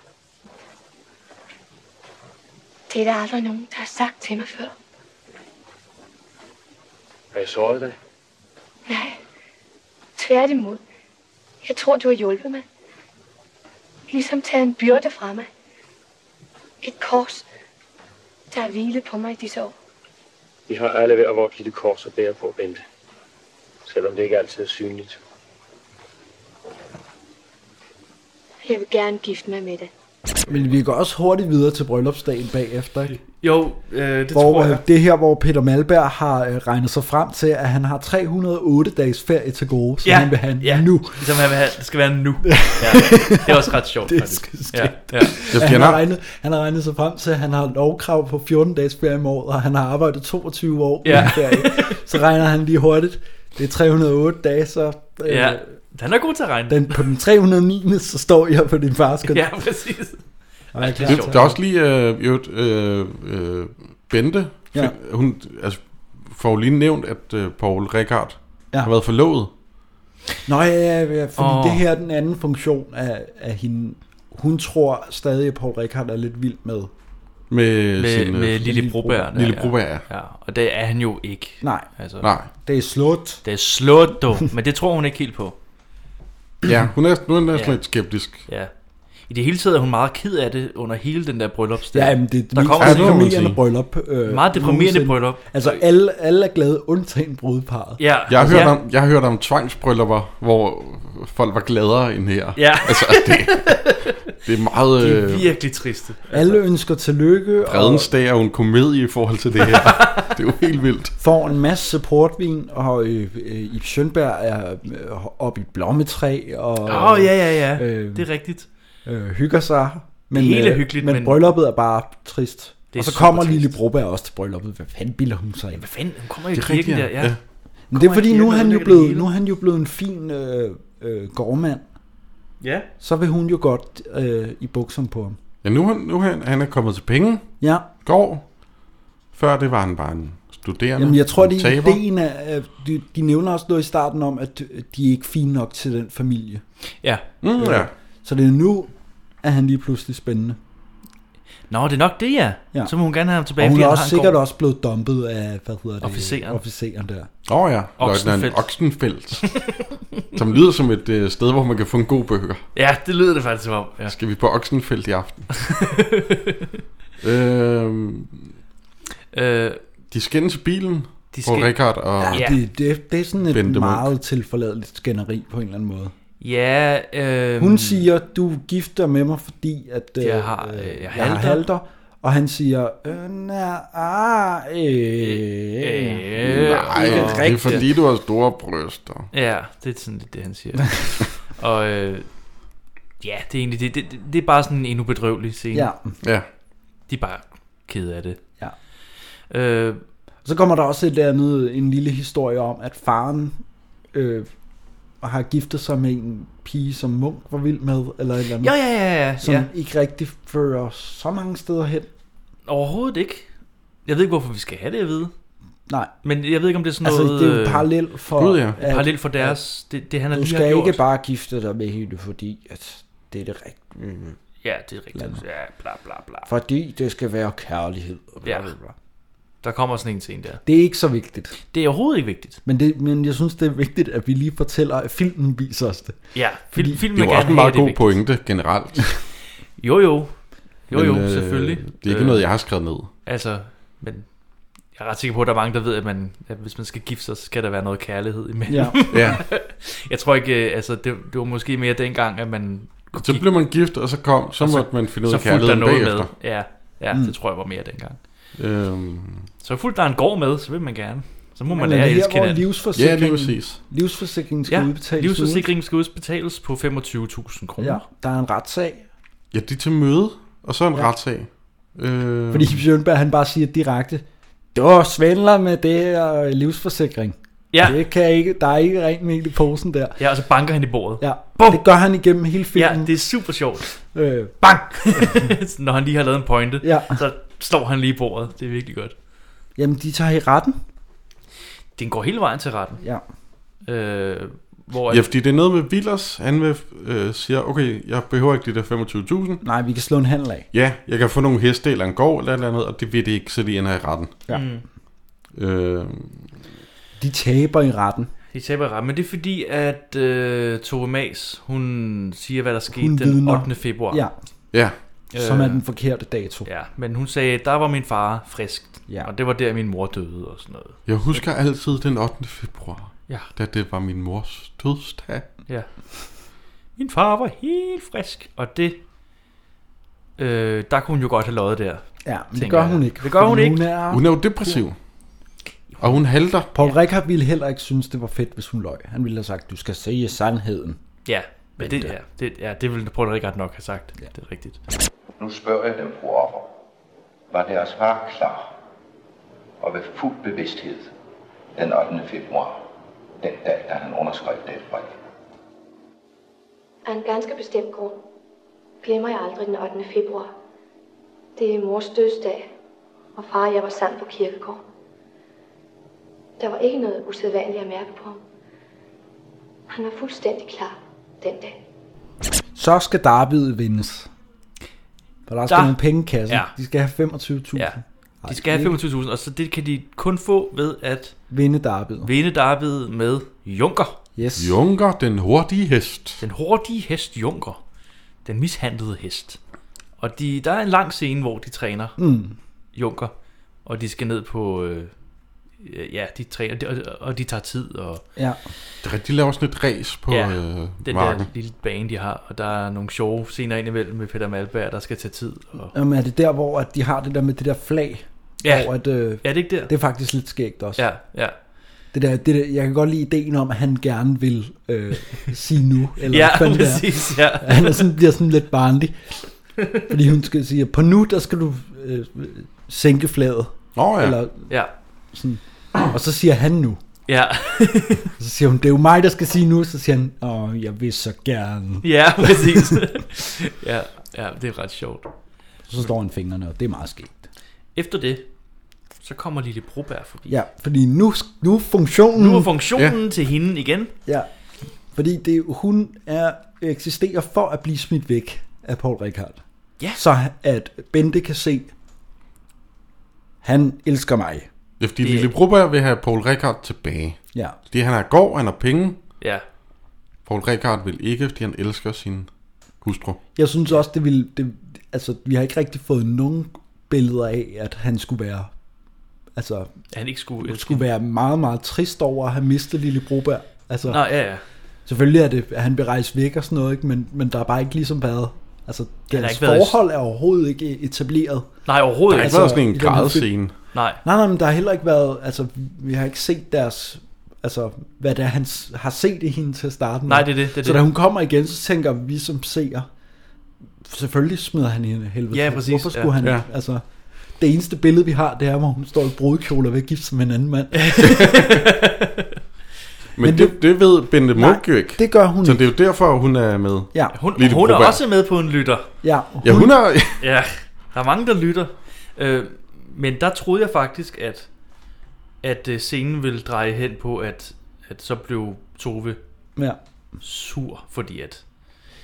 det er der aldrig nogen, der har sagt til mig før. Har jeg såret dig? Nej, tværtimod. Jeg tror, du har hjulpet mig. Ligesom taget en byrde fra mig. Et kors, der har hvilet på mig i disse år. Vi har alle hver vores lille kors at bære på, Bente. Selvom det ikke altid er synligt. Jeg vil gerne gifte mig med dig. Men vi går også hurtigt videre til bryllupsdagen bagefter, ikke? Jo, øh, det hvor, tror øh, jeg. Det er her, hvor Peter Malberg har øh, regnet sig frem til, at han har 308 dages ferie til gode, som han vil have ja. nu. Ligesom han vil have, det skal være nu. Ja. Det er også ret sjovt, det er faktisk. skide Ja, skægt. ja. At han, fjender- har regnet, han har regnet sig frem til, at han har lovkrav på 14 dages ferie om året, og han har arbejdet 22 år Ja. uden ferie. Så regner han lige hurtigt. Det er 308 dage, så... øh, Ja, han er god til at regne. Den, på den 309. så står jeg på din fars kontor. Ja, præcis. Og jeg er klar Det, til at- der er også lige øh, i øvrigt, øh, øh, Bente. Ja. Ja. Hun altså, får jo lige nævnt, at øh, Paul Rikard Ja. ja. har været forlovet. Nå ja, ja, ja fordi oh. Åh. det her er den anden funktion af, af hende. Hun tror stadig, at Paul Rickard er lidt vild med Med, med, sin, øh, med Lille Broberg. der, Lille ja. Broberg, ja. ja. Og det er han jo ikke. Nej. Altså, Nej. Det er slut. Det er slut, dog. Men det tror hun ikke helt på. Ja, hun er, nu er hun næsten Ja. lidt skeptisk. Ja. I det hele taget er hun meget ked af det under hele den der bryllupsdag. Ja, men det er der det kommer mest sådan en- deprimerende bryllup. Øh, meget deprimerende nogensinde. bryllup. Altså, alle, alle er glade, undtagen brudeparret. Ja. Jeg har, Altså, hørt Ja. om, jeg har hørt om tvangsbryllupper, hvor folk var gladere end her. Ja. Altså, det, det er meget... De er øh, virkelig triste. Alle ønsker tillykke. Fredens dag er jo en komedie i forhold til det her. det er jo helt vildt. Får en masse portvin, og øh, øh, Ib Schønberg er øh, oppe i et blommetræ. Og, Åh, ja, ja, ja. Det er rigtigt. Øh, hygger sig. Men, Det hele er øh, hyggeligt, men, men- men brylluppet er bare trist. Det er Og så super kommer Lille Broberg også til brylluppet. Hvad fanden bilder hun sig ind? Hvad fanden? Hun kommer i Det er kirken rigtigt, ja. der, ja. Ja. Men det er Kommer i fordi, kirken, nu og er, han jo ødelægger det blevet, hele. nu er han jo blevet en fin øh, øh, gårdmand. Ja. Så vil hun jo godt øh, i bukserne på ham. Ja, nu, er han- nu er han, han er kommet til penge. Ja. Går. Før det var han bare en studerende. Jamen, jeg tror, en det er taber. ideen af, at de, de nævner også noget i starten om, at øh, de er ikke fine nok til den familie. Ja. Mm, ja. Så det er nu, at han lige pludselig spændende. Nå, det er nok det, ja. ja. Så må hun gerne have ham tilbage. og hun fordi er han også har en sikkert gård. også blevet dumpet af, hvad hedder det? Officeren. Officeren der. Åh oh, ja, Oxenfeldt. Oxenfeldt. Oxenfeldt. som lyder som et øh, sted, hvor man kan få en god burger. Ja, det lyder det faktisk som om. Ja. Skal vi på Oxenfeldt i aften? øhm, øh, de skændes i bilen, de skæn- hvor Richard og... Ja, det, det, det er sådan et Bente Bente Munk. meget tilforladeligt skænderi på en eller anden måde. Ja, øh, Hun siger, du gifter med mig, fordi at, øh, Jeg har, øh, jeg jeg halter." har halter. Og han siger, øh, nej, ah, øh, øh, Nej, det er fordi, du har store bryster. Ja, det er sådan lidt det, han siger. og øh, ja, det er egentlig det, det, det, det er bare sådan en endnu bedrøvelig scene. Ja. ja. De er bare kede af det. Ja. Mm. Øh, Så kommer der også et andet, en lille historie om, at faren øh, har giftet sig med en pige, som Munk var vild med, eller et eller andet. Ja, ja, ja, ja, Som ja. ikke rigtig fører så mange steder hen. Overhovedet ikke. Jeg ved ikke, hvorfor vi skal have det at vide. Nej. Men jeg ved ikke, om det er sådan Altså, noget... det er jo øh, parallel for... Gud, ja. at- Parallel for deres... Det, det han du lige skal har gjort. ikke bare gifte dig med hende, fordi at det er det rigtige. Ja, det er rigtigt. Ja, bla bla bla. Fordi det skal være kærlighed. og bla, Ja. bla, bla. Der kommer sådan en scene der. Det er ikke så vigtigt. Det er overhovedet ikke vigtigt. Men, det, men jeg synes, det er vigtigt, at vi lige fortæller, at filmen viser os det. Ja, fil- Fordi- filmen Det vil var også gerne have, en meget det er god vigtigt. pointe generelt. Jo, jo. Jo, Men, jo, øh, selvfølgelig. Det er ikke noget, jeg har skrevet ned. Altså, men jeg er ret sikker på, at der er mange, der ved, at, man, at hvis man skal gifte sig, så skal der være noget kærlighed imellem. Ja. Ja. jeg tror ikke, øh, altså, det, det var måske mere dengang, at man... Så blev man gift, og så kom, så og måtte man finde ud af så fulgte der kærligheden noget bagefter. Med. Ja, ja mm. Mm. det tror jeg var mere dengang. Øhm, Så fulgte der en gård med, så vil man gerne. Så må man Men er lære at det her, elske hvor hinanden. livsforsikringen- Ja, lige præcis. livsforsikringen skal udbetales nu, ikke? livsforsikringen skal udbetales på 25.000 kroner. Ja, der er en retssag. Ja, de er til møde, og så en ja. retssag. Øh, Fordi Bjørnberg, han bare siger direkte, du svindler med det her øh, livsforsikring. Ja. Det kan ikke, der er ikke rent mel i posen der. Ja, og så banker han i bordet. Ja, det gør han igennem hele filmen. Ja, det er super sjovt. Øh. Bang! Så Når han lige har lavet en pointe, Ja. så slår han lige i bordet. Det er virkelig godt. Jamen, de tager i retten. Den går hele vejen til retten. Ja. Øh, hvor ja, fordi det er noget med Villers. Han vil, øh, siger, okay, jeg behøver ikke de der 25.000. Nej, vi kan slå en handel af. Ja, jeg kan få nogle heste eller en gård eller et eller andet, og det vil det ikke, så de ender i retten. Ja. Mm. Øh, De taber i retten. de taber ret, men det er fordi, at øh, Tove Mas, hun siger, hvad der skete Hun den vidner. 8. februar. Ja. Ja. Som Øh. er den forkerte dato. Ja, men hun sagde, der var min far frisk, ja. og det var der, min mor døde og sådan noget. jeg husker altid den 8. februar, Ja. da det var min mors dødsdag. Ja. Min far var helt frisk, og det... Øh, der kunne hun jo godt have løjet der. Ja, men det tænker gør jeg. hun ikke. Det gør hun ikke. Er... Hun er jo depressiv. Og hun halter. Paul Rickard ville heller ikke synes, det var fedt, hvis hun løg. Han ville have sagt, du skal se sandheden. Ja, men det, ja, det, ja, det ville Paul Richard nok have sagt. Ja. Det er rigtigt. Nu spørger jeg dem, fru Offer. Var deres far klar og ved fuld bevidsthed den 8. februar, den dag, da han underskrev det brev? Af en ganske bestemt grund glemmer jeg aldrig den 8. februar. Det er mors dødsdag, og far og jeg var sammen på kirkegården. Der var ikke noget usædvanligt at mærke på ham. Han var fuldstændig klar den dag. Så skal Darby'et vindes. For der skal Der- nogle penge i kassen. Ja. De skal have 25.000. Ja. De skal have 25.000, og så det kan de kun få ved at Vinde derbyet. vinde derbyet med Junker. Yes. Junker, den hurtige hest. Den hurtige hest Junker. Den mishandlede hest. Og de, der er en lang scene, hvor de træner Mm. Junker. Og de skal ned på... Øh, ja, de træner, og, og de tager tid. Og, Ja. Det er rigtigt, de laver sådan et race på ja, øh, den marken. der lille bane, de har. Og der er nogle sjove scener indimellem med Peter Malberg, der skal tage tid. Og, Jamen, er det der, hvor at de har det der med det der flag? Ja. Hvor at, øh, er det ikke der? Det er faktisk lidt skægt også. Ja, ja. Det der, det der, jeg kan godt lide ideen om, at han gerne vil øh, sige nu. Eller Ja, hvad fanden det er. præcis, ja. han er sådan, bliver sådan lidt barnlig. Fordi hun skal sige, at på nu, der skal du øh, sænke flaget. Oh, ja. Eller, Ja. Sådan. Og så siger han nu. Ja. Og så siger hun, det er jo mig, der skal sige nu. Så siger han, åh, jeg vil så gerne. Ja, præcis. ja, ja, det er ret sjovt. så står han fingrene, og det er meget skægt. Efter det, så kommer Lille Broberg forbi. Ja, Mm. fordi nu, nu er funktionen... Nu er funktionen ja. til hende igen. Ja, fordi det, hun er, eksisterer for at blive smidt væk af Paul Rickard. Ja. Så at Bente kan se, han elsker mig. Det er fordi det... Lille Broberg vil have Paul Rickard tilbage. Ja. Fordi han er gård, han har penge. Ja. Paul Rickard vil ikke, fordi han elsker sin hustru. Jeg synes også, det ville... Det, altså, vi har ikke rigtig fået nogen billeder af, at han skulle være... Altså, Han ikke skulle elske skulle være meget, meget trist over at have mistet Lille Broberg. Altså, Nå, ja, ja. Selvfølgelig er det, at han bliver rejst væk og sådan noget, ikke? Men, men der er bare ikke ligesom været... Altså, har deres ikke været i- forhold er overhovedet ikke etableret. Nej, overhovedet Der er ikke. ikke været sådan i en den her grædescene. Nej. Nej, nej, men der har heller ikke været, altså vi har ikke set deres, altså hvad det er, han s- har set i hende til at starte med. Nej, det er det, det er så det. da hun kommer igen, så tænker vi som seer, selvfølgelig smider han hende af helvede. Ja, til. præcis, Hvorfor ja. skulle han, Ja. altså det eneste billede vi har, det er, hvor hun står i brudekjole og vil gifte sig med en anden mand. Men, Men det, det, det ved Bente Nej, Munk jo ikke. det gør hun Så det er jo derfor, hun er med. Ja. Hun, Lille hun er Broberg. også med på en lytter. Ja, Ja, hun er... ja, der er mange, der lytter. Øh, men der troede jeg faktisk, at, at øh, scenen ville dreje hen på, at, at så blev Tove Ja. sur, fordi at...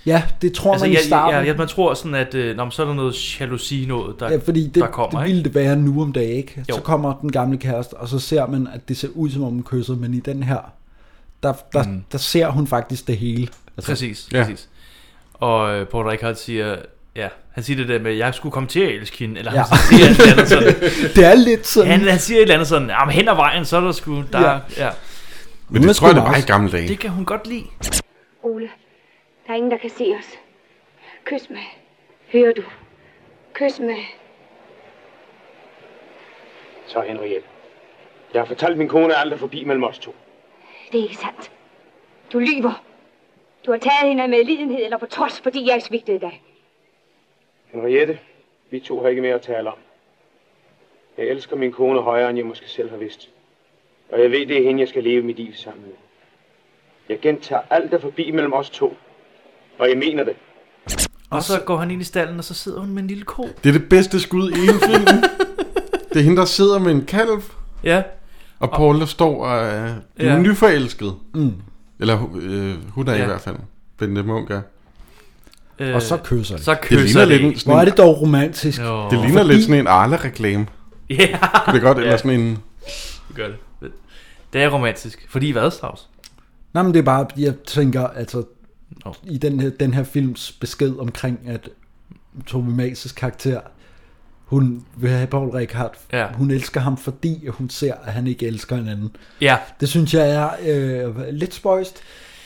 ja, det tror altså, man jeg, i starten. jeg, jeg, man tror sådan, at øh, nå, men så er der noget jalousi noget, der, ja, fordi det, der kommer. det ikke? ville det være nu om dagen, ikke? Jo. Jo. Så kommer den gamle kæreste, og så ser man, at det ser ud som om hun kysser, men i den her, der, der, mm. der ser hun faktisk det hele. Altså, Præcis, Ja. ja. præcis. Og øh, Paul Rickard siger, ja, han siger det der med, jeg skulle komme til at elske hende, eller ja. Ja. han siger et eller andet sådan. Det er lidt sådan. Han, han siger et eller andet sådan, "Ah, men hen ad vejen, så er der sgu, der, Ja. ja. ja. Men det tror jeg, det var i gamle dage. Det kan hun godt lide. Ole, der er ingen, der kan se os. Kys mig. Hører du? Kys mig. Så Henriette. Jeg har fortalt min kone aldrig forbi mellem os to. Det er ikke sandt. Du lyver. Du har taget hende med lidenhed eller på trods, fordi jeg svigtede dig. Henriette, vi to har ikke mere at tale om. Jeg elsker min kone højere, end jeg måske selv har vidst. Og jeg ved, det er hende, jeg skal leve mit liv sammen med. Jeg gentager alt, der forbi mellem os to. Og jeg mener det. Og så går han ind i stallen, og så sidder hun med en lille ko. Det er det bedste skud i hele filmen. det er hende, der sidder med en kalv. Ja. Og Paul, der står og er Ja. ja. nyforelsket. Mm. Eller øh, hun er ja. Ja. i hvert fald. Bente Munk er. Øh, Og så kysser de. Så Det ligner kysser det. lidt en sådan Hvor er en- det dog romantisk. Jo. Det ligner lidt sådan en Arla-reklame. Ja. Kunne det godt, Ja. eller sådan en... Det gør det. Det er romantisk. Fordi hvad, Strauss? Nej, men det er bare, jeg tænker, altså, oh. i den her, den her films besked omkring, at Tove Mases karakter, hun vil have Paul Rickard. Ja. Hun elsker ham, fordi hun ser, at han ikke elsker en anden. Ja. Det synes jeg er øh, lidt spøjst.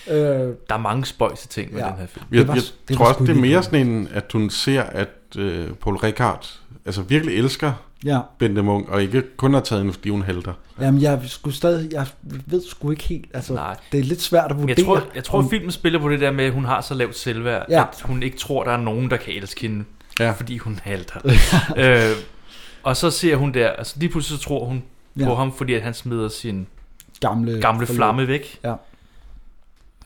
Øh, Der er mange spøjse ting med Ja. den her film. Jeg, var- jeg det tror var også, sgu det er lige mere meget. sådan en, at hun ser, at øh, Paul Rickard altså virkelig elsker Ja. Bente Munk, og ikke kun har taget hende, fordi hun halter. Jamen, jeg skulle stadig, jeg ved sgu ikke helt, altså, Nej. det er lidt svært at vurdere. Jeg tror, jeg tror om- filmen spiller på det der med, at hun har så lavt selvværd, Ja. ja. at hun ikke tror, der er nogen, der kan elske hende, ja. fordi hun halter. øh, og så ser hun der, altså lige pludselig så tror hun ja. Ja. på ham, fordi at han smider sin Gamle gamle forlod. flamme væk. Ja.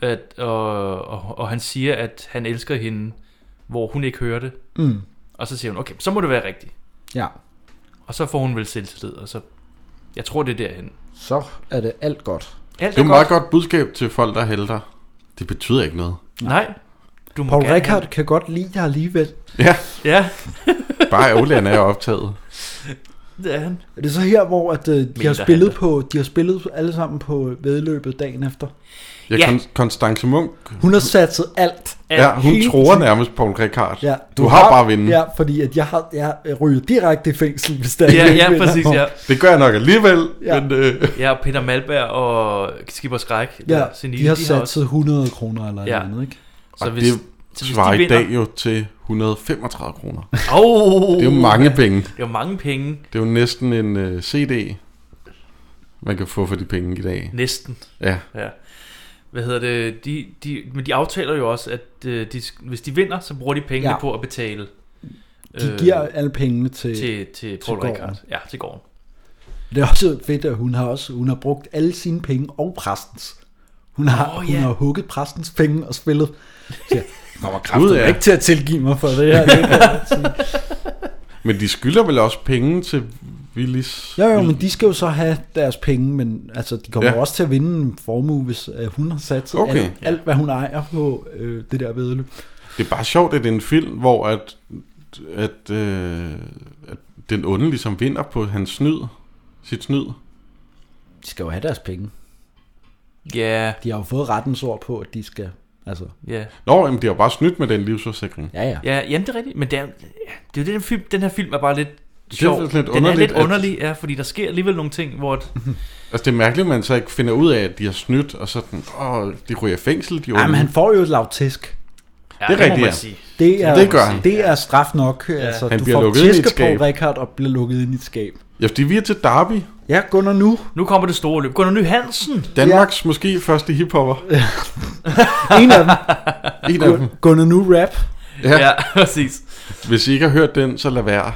At, og, og, og han siger, at han elsker hende, hvor hun ikke hører det. Mm. Og så siger hun, okay, så må det være rigtigt. Ja. Og så får hun vel selvtillid, og så... Jeg tror, det er derhen. Så er det alt godt. Alt det er er et meget godt budskab til folk, der halter. Det betyder ikke noget. Nej. Du må Paul gerne Rickard kan godt lide jer alligevel. Ja. Ja. Bare ærgerligt, han er optaget. Det er han. Er det så her, hvor at, øh, de, har Mener spillet på, de har spillet alle sammen på vedløbet dagen efter? Ja, ja. Kon- Konstance Munk. Hun har satset alt. Ja, hun Hele tror tiden. nærmest Paul Ricard. Ja, du, du har, bare vinde. Ja, fordi at jeg, har, jeg ryger direkte i fængsel, hvis der Ja, ikke ja, vinder. præcis, ja. Det gør jeg nok alligevel. Ja. Men, øh, Ja, og Peter Malberg og Skipper Skræk. Ja, der, senile, de har også- satset 100 kroner eller ja. Ja. andet, ikke? Så og hvis, det så hvis svarer de i vinder- dag jo til 135 kroner. Oh, det er jo Uh. mange penge. Det er jo mange penge. Det er jo næsten en uh, CD, man kan få for de penge i dag. Næsten. Ja. ja. Hvad hedder det? De, de, men de aftaler jo også, at øh, de, hvis de vinder, så bruger de pengene Ja. ja. på at betale. øh, De giver alle pengene til- til, til til Paul gården. Rickard. Ja, til gården. Det er også fedt, at hun har, også, hun har brugt alle sine penge og præstens. Hun har, oh, Åh, ja. ja. hun har hugget præstens penge og spillet. Ja, kommer Gud, ja. kraften ikke til at tilgive mig for det her. Det kan jeg sige. Men de skylder vel også penge til Willis? jo, jo, men de skal jo så have deres penge, men altså, de kommer Ja. ja. også til at vinde en formue, hvis øh, hun har sat Okay. okay. alt, alt, hvad hun ejer på øh, det der vedløb. Det er bare sjovt, at det er en film, hvor at, at, øh, at den onde ligesom vinder på hans snyd, sit snyd. De skal jo have deres penge. Ja. De har jo fået rettens ord på, at de skal... Altså, Ja. Nå, jamen, de har jo bare snydt med den livsforsikring. Ja, ja. Ja, jamen det er rigtigt, men det er, ja, det er jo det, den, film, den her film er bare lidt Det er sjov. lidt den er underligt, lidt at- underlig, ja, fordi der sker alligevel nogle ting, hvor... et- Altså, det er mærkeligt, at man så ikke finder ud af, at de har snydt, og sådan, åh, de ryger i fængsel, de Ej, men onde. han får jo et lavt tæsk. Ja, Det er det må rigtigt, man ja. sige. Det, er, Det gør han. Det er straf nok. Ja. Altså, Han du bliver får lukket ind i et tæske skab. på Richard og bliver lukket ind i et skab. Ja, fordi vi er til Derby. Ja, Gunnar nu. Nu kommer det store løb. Gunnar Ny Hansen! Danmarks ja. måske første hiphopper. en af dem. en af dem. Gunnar nu rap. Ja, præcis. Hvis I ikke har hørt den, så lad være.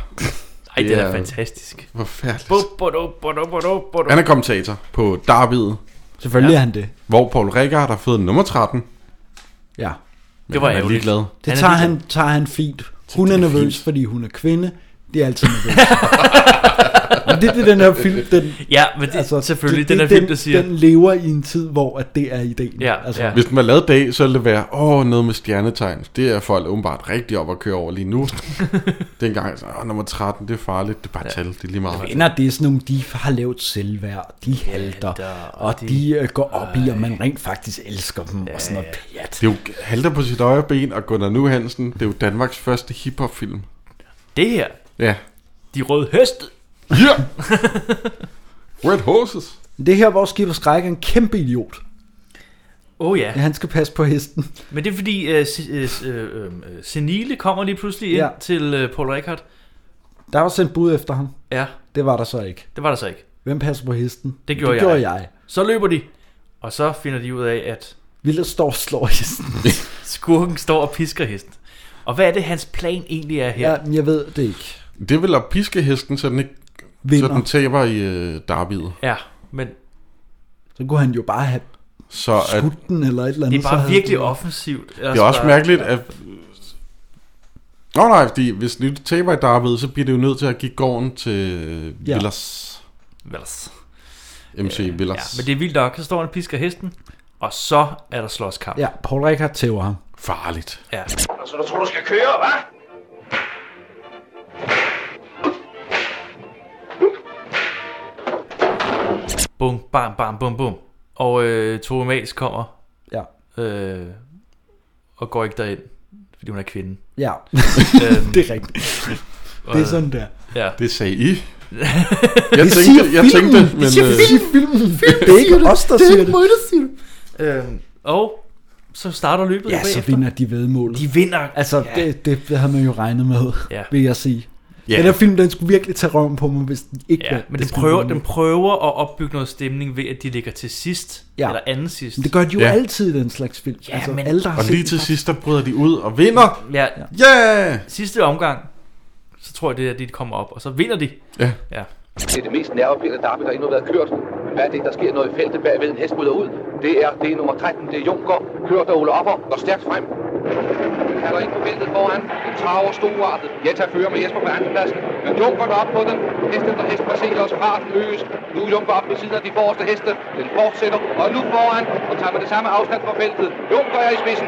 Ej, den er fantastisk. Forfærdeligt. Bo- bo- do- bo- do- bo- do- bo- do. Han er kommentator på Darby'et. Selvfølgelig Ja. er han det. Hvor Paul Rikard har fået nummer 13. Ja. Men det var han er ligeglad. Det tager han, tager han fint. Hun er nervøs, fordi hun er kvinde. Det er altid nervøs. Men det er det, den her film, den... Ja, men det, altså, selvfølgelig, den her film, der siger... Den lever i en tid, hvor at det er ideen. Ja. Hvis den var lavet i dag, så ville det være, åh, noget med stjernetegn. Det er folk åbenbart rigtig op at køre over lige nu. Dengang, så, åh, nummer 13, det er farligt. Det er bare ja. tal, det er lige meget. Venner, det er sådan nogle, de har lavet selvværd, de halter, og de, de øh, går op i, og man rent faktisk elsker dem, og sådan noget pjat. Det er jo halter på sit højre ben, og Gunnar Nu Hansen, det er jo Danmarks første hiphopfilm. Det her, Ja. de røde heste. Ja! Red horses. Det er her, hvor Skipper Skræk er en kæmpe idiot. Åh oh, ja. Han skal passe på hesten. Men det er fordi, øh, se- øh, s- øh, øh, Senile kommer lige pludselig ind Ja. ja. til øh, Paul Rickard. Der var sendt bud efter ham. Ja. Det var der så ikke. Det var der så ikke. Hvem passer på hesten? Det gjorde, det jeg. gjorde jeg. Så løber de, og så finder de ud af, at Vildt står og slår hesten. skurken står og pisker hesten. Og hvad er det, hans plan egentlig er her? Ja, men jeg ved det ikke. Det er vel at piske hesten, så den ikke Vinder. så den taber i øh, Derby'et. Ja, men Så kunne han jo bare have Så at, skudt den eller et eller andet. det er bare så havde virkelig det- offensivt. Altså, det er også bare- mærkeligt, at... Nå nej, fordi hvis nu taber i Derby'et, så bliver det jo nødt til at give gården til øh, Ja. Villas. Villas. MC øh, Villas. Ja, men det er vildt nok. Så står han og pisker hesten, og så er der slåskamp. Ja, Paul Rickard tæver ham. Farligt. Ja. Altså, du tror, du skal køre, hva'? Bum, bam, bam, bum, bum. Og øh, Tove Mas kommer. Ja. Øh, og går ikke derind, fordi hun er kvinde. Ja. Øhm, Det er rigtigt. Det er sådan der. Ja. Det sagde I. Det Jeg siger tænkte, jeg filmen. tænkte, Det men... siger øh, filmen. Det er ikke os, der siger det. Øhm, og så starter løbet Ja, jo så bagefter. vinder de vedmålet. De vinder. Altså, ja. det, det havde man jo regnet med, ja. Ja. vil jeg sige. Ja. Ja. Den her film, den skulle virkelig tage røven på mig, hvis den ikke Ja, men den skulle prøver, vinde. den prøver at opbygge noget stemning ved, at de ligger til sidst, Ja. ja. eller anden sidst. Men det gør de jo Ja. ja. altid, den slags film. Ja, altså, men... alle, der har Og set lige til sidst, der bryder de ud og vinder. Ja. Yeah! Sidste omgang, så tror jeg, det er, at de kommer op, og så vinder de. Ja. ja. Det er det mest nervepirrende derby, der endnu har været kørt. Men Hvad er det, der sker noget i feltet bagved en hest bryder ud? Det er det er nummer 13, det er Junker, kørt af Ole Offer, går stærkt frem. Han går ind på feltet foran. Den traver storartet. Jetta fører med Jesper på andenpladsen. Jørgen Jung går op på den. Hesten efter hest passerer os. Farten øges. Nu er Jung op ved siden af de forreste heste. Den fortsætter. Og nu foran. Og tager med det samme afstand fra feltet. Jung går i spidsen.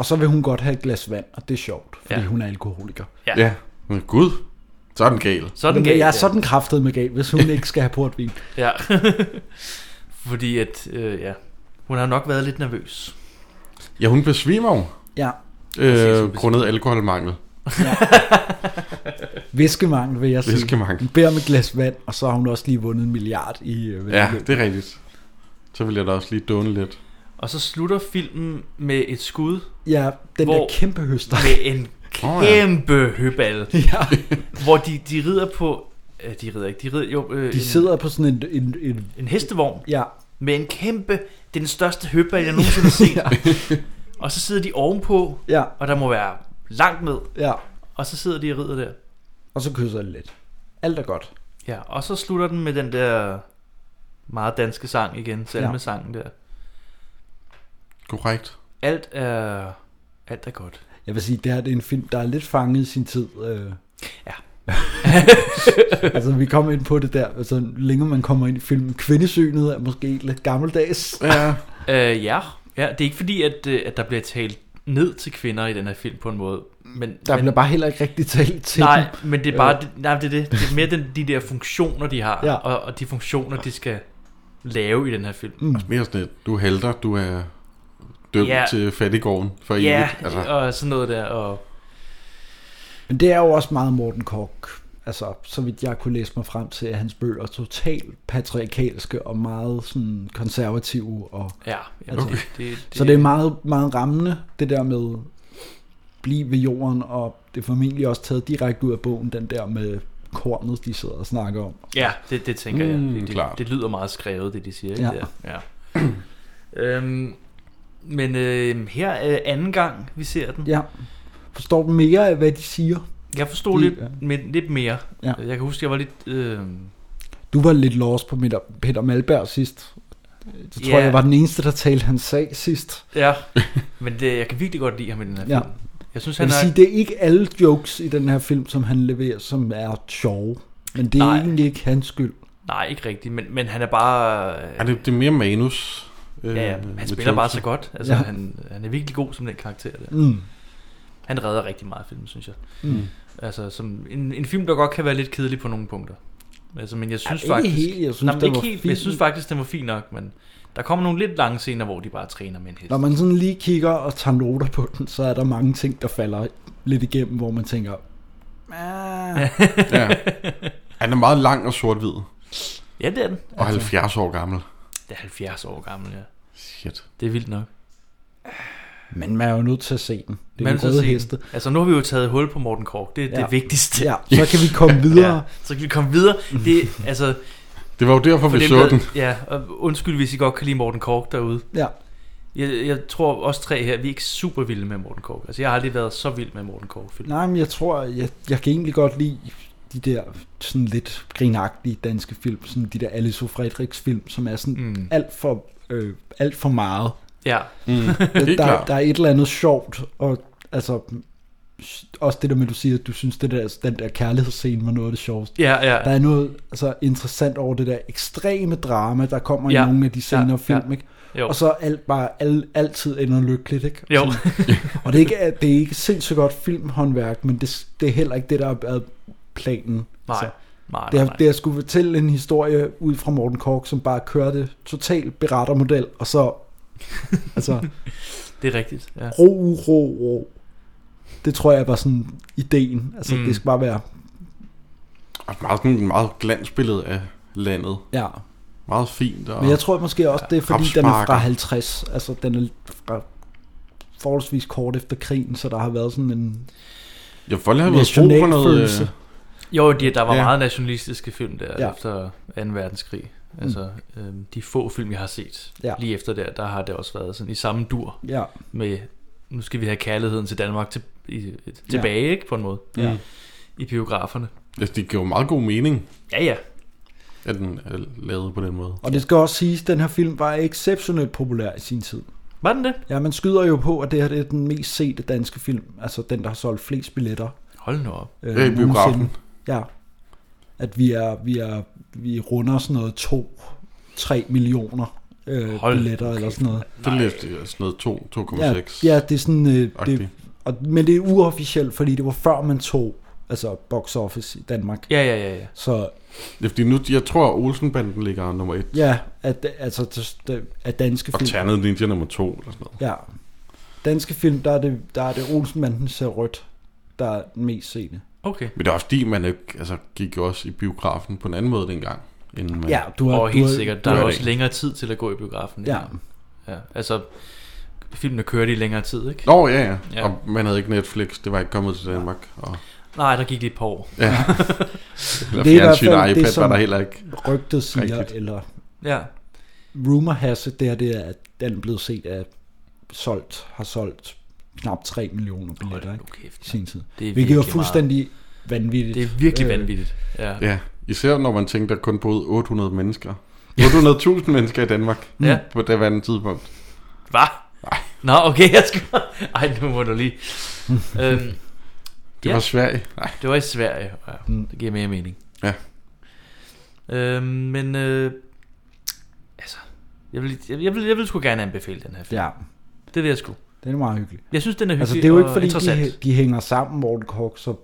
Og så vil hun godt have et glas vand, og det er sjovt, fordi ja. hun er alkoholiker. Ja. ja. Men gud, så er den gal. Så er den Men gal, Jeg ja. er sådan kraftet med gal, hvis hun ikke skal have portvin. Ja. Fordi at, øh, ja. Hun har nok været lidt nervøs. Ja, hun besvimer jo. Ja. Øh, grundet alkoholmangel. Viskemangel, vil jeg sige. Viskemangel. Hun beder med et glas vand, og så har hun også lige vundet en milliard i øh, Ja, væddeløb. det er rigtigt. Så vil jeg da også lige dåne lidt. Og så slutter filmen med et skud. Ja, den hvor- der kæmpe høster. Med en Åh, ja. kæmpe oh, ja. høbal. Ja. hvor de, de rider på... Øh, de rider ikke, de rider jo... Øh, De en- sidder på sådan en... en, en, en hestevogn Ja. med en kæmpe, det er den største høbal, jeg nogensinde har set. og så sidder de ovenpå, ja. og der må være langt ned. Ja. Og så sidder de og rider der. Og så kysser de lidt. Alt er godt. Ja, og så slutter den med den der meget danske sang igen, salmesangen der. Korrekt. Alt er, alt er godt. Jeg vil sige, det her det er en film, der er lidt fanget i sin tid. Øh. Ja. altså, vi kom ind på det der. Altså, længere man kommer ind i filmen, kvindesynet er måske lidt gammeldags. Ja. Øh, ja. ja, det er ikke fordi, at, øh, at der bliver talt ned til kvinder i den her film på en måde. Men, Der men, bliver bare heller ikke rigtig talt til Nej, dem. men det er bare Øh. det, nej, det, er det. det er mere den, de der funktioner, de har, Ja. ja. og, og de funktioner, de skal lave i den her film. Mm. Altså mere sådan lidt, du halter, du er dømt Ja. yeah. til fattigården for ja, evigt. Altså, og sådan noget der. Og, Men det er jo også meget Morten Kork. Altså, så vidt jeg kunne læse mig frem til, at hans bøger er totalt patriarkalske og meget sådan konservative. Og, Ja, jamen, altså, det- det- Så det- det er meget, meget rammende, det der med blive ved jorden, og det er formentlig også taget direkte ud af bogen, den der med kornet, de sidder og snakker om. ja, det, det tænker Mm, jeg. Det, det, klart. det lyder meget skrevet, det de siger. Ikke? Ja. Der? ja. øhm, men øh, her er anden gang, vi ser den. Ja. Forstår du mere af, hvad de siger? Jeg forstod De- lidt, men, lidt mere. Ja. Jeg kan huske, jeg var lidt... Øh, Du var lidt lost på Peter, Peter Malberg sidst. Så tror Ja. yeah. jeg var den eneste, der talte hans sag sidst. ja, men det, jeg kan virkelig godt lide ham i den her film. Ja. Jeg synes, jeg han vil er... sige, det er ikke alle jokes i den her film, som han leverer, som er sjove. Men det er Nej. Nej. egentlig ikke hans skyld. Nej, ikke rigtigt, men, men han er bare... er det, det er mere manus? øh, Ja, ja, med han spiller bare så jokesen. godt. Altså, ja. Ja. han, han er virkelig god som den karakter der. Mm. Han redder rigtig meget filmen, synes jeg. Mm. Altså, som en, en film, der godt kan være lidt kedelig på nogle punkter. Altså, men jeg synes ikke faktisk... helt, jeg synes, nej, men den ikke var helt, fin. men jeg synes faktisk, den var fin nok, men der kommer nogle lidt lange scener, hvor de bare træner med en hest. Når man sådan lige kigger og tager noter på den, så er der mange ting, der falder lidt igennem, hvor man tænker, ja. Han er meget lang og sort-hvid. Ja, det er den. Og Altså. 70 år gammel. Det er 70 år gammel, ja. Shit. Det er vildt nok. men man er jo nødt til at se den. Det er den Man vil så røde sige- heste. Altså, nu har vi jo taget hul på Morten Kork. Det er ja. Ja. det vigtigste. Ja, så kan vi komme videre. Mm. så kan vi komme videre. Det, altså, Det var jo derfor, for vi dem, så der- den. Ja, og undskyld, hvis I godt kan lide Morten Kork derude. Ja. Jeg, jeg tror også tre her, vi er ikke super vilde med Morten Kork. Altså, jeg har aldrig været så vild med Morten Kork. film Nej, men jeg tror, jeg, jeg kan egentlig godt lide de der sådan lidt grinagtige danske film, sådan de der Alice og Frederiks film, som er sådan Mm. mm. alt, for, øh, alt for meget. Ja. Mm. Det er der, der, klart. der er et eller andet sjovt, og altså også det der med, at du siger, at du synes, det der, den der kærlighedsscene var noget af det sjoveste. Ja, ja. Der er noget altså, interessant over det der ekstreme drama, der kommer Ja, i nogle af de senere ja, ja, film, ja. ikke? Jo. Og så er alt bare al, altid ender lykkeligt, ikke? Jo. Sådan. og det er, ikke, det er ikke sindssygt godt filmhåndværk, men det, det er heller ikke det, der er været planen. Nej, Altså, nej, det, er, nej, nej. det er at skulle fortælle en historie ud fra Morten Kork, som bare kørte totalt berettermodel, og så altså, Det er rigtigt, ja. ro, ro, ro. Det tror jeg var sådan ideen. Altså, Mm. mm. det skal bare være... Og meget, sådan, en meget glansbillede af landet. Ja. Meget fint. Og Men jeg tror måske også, det er fordi, den er fra Kopsparker. 50. Altså, den er fra forholdsvis kort efter krigen, så der har været sådan en... Ja, folk har været brug for noget... nationalfølelse. øh, Jo, de, der var ja. Ja. meget nationalistiske film der ja. Ja. Mm. efter 2. verdenskrig. Altså, øhm, de få film, jeg har set ja. Ja. lige efter der, der har det også været sådan i samme dur. Ja. Med, nu skal vi have kærligheden til Danmark til, i, tilbage, Ja. ikke? På en måde. Ja. I biograferne. Ja, det giver jo meget god mening. Ja, ja. At den er lavet på den måde. Og det skal også siges, at den her film var exceptionelt populær i sin tid. Var den det? Ja, man skyder jo på, at det her det er den mest sete danske film. Altså den, der har solgt flest billetter. Hold nu op. Ja, i Øh, nogensinde. biografen. Ja. At vi, er, vi, er, vi runder sådan noget 2-3 millioner øh, Hold billetter eller sådan noget. Det er sådan noget 2, 2,6. Ja, ja, det er sådan... Øh, det, og, men det er uofficielt, fordi det var før man tog altså box office i Danmark. Ja, ja, ja. ja. Så Det er fordi nu, jeg tror, Olsenbanden ligger nummer 1. ja, at, altså, det- det- at danske Og film... Ternet Ninja nummer 2 eller sådan noget. Ja. Danske film, der er det, der er det Olsenbanden ser rødt, der er den mest seende. Okay. Men det er også fordi, man ikke, altså, gik jo også i biografen på en anden måde dengang. End man... Ja, du har- Og helt sikkert, der du er har- også længere tid til at gå i biografen. Ja. dengang. ja. Altså, filmene kørte i længere tid, ikke? Nå, ja, ja, ja. ja. Og man havde ikke Netflix, det var ikke kommet til Danmark. Og... Nej, der gik lige et par år. Ja. Eller Det er i hvert fjernsyn og fald iPad det, det, var som der heller ikke. rygtet siger, rigtigt. eller Ja. rumor has it, det er det, at den er blevet set af solgt, har solgt knap 3 millioner billetter ikke? Okay, i sin tid. Det er Hvilket jo virkelig fuldstændig Øh. vanvittigt. Det er virkelig vanvittigt. Ja. Ja, især når man tænkte, der kun boede 800 mennesker. 800.000 mennesker i Danmark Ja. på det andet tidspunkt. Hvad? Nej. Nå, okay, jeg skal... Ej, nu må du lige... øhm, Det var Sverige. Nej. Det var i Sverige. Ja, Mm. det giver mere mening. Ja. Øhm, men... Øh, altså... Jeg vil, jeg, jeg, vil, jeg vil sgu gerne anbefale den her film. Ja. Det vil jeg sgu. Den er meget hyggelig. Jeg synes, den er hyggelig altså, det er jo ikke, og fordi interessant. de, de, hænger sammen, Morten Kork, så...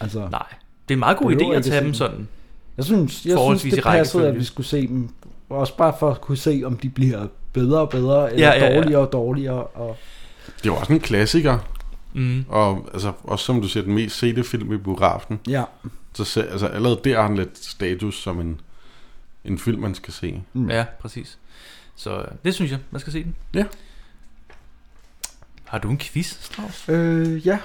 Altså, Nej, det er en meget god behøver idé at ikke tage se dem sådan. Jeg synes, jeg synes forholdsvis i det passede, at rækkefølge. vi skulle se dem. Også bare for at kunne se, om de bliver bedre og bedre, eller Ja, ja, ja. dårligere og dårligere. Og... Det var også en klassiker. Mm. Og altså, også som du siger, den mest sete film i biografen. Ja. Så se- altså, allerede der har den lidt status som en, en film, man skal se. Mm. Ja, præcis. Så øh, det synes jeg, man skal se den. Ja. Har du en quiz, Strauss? Øh, ja.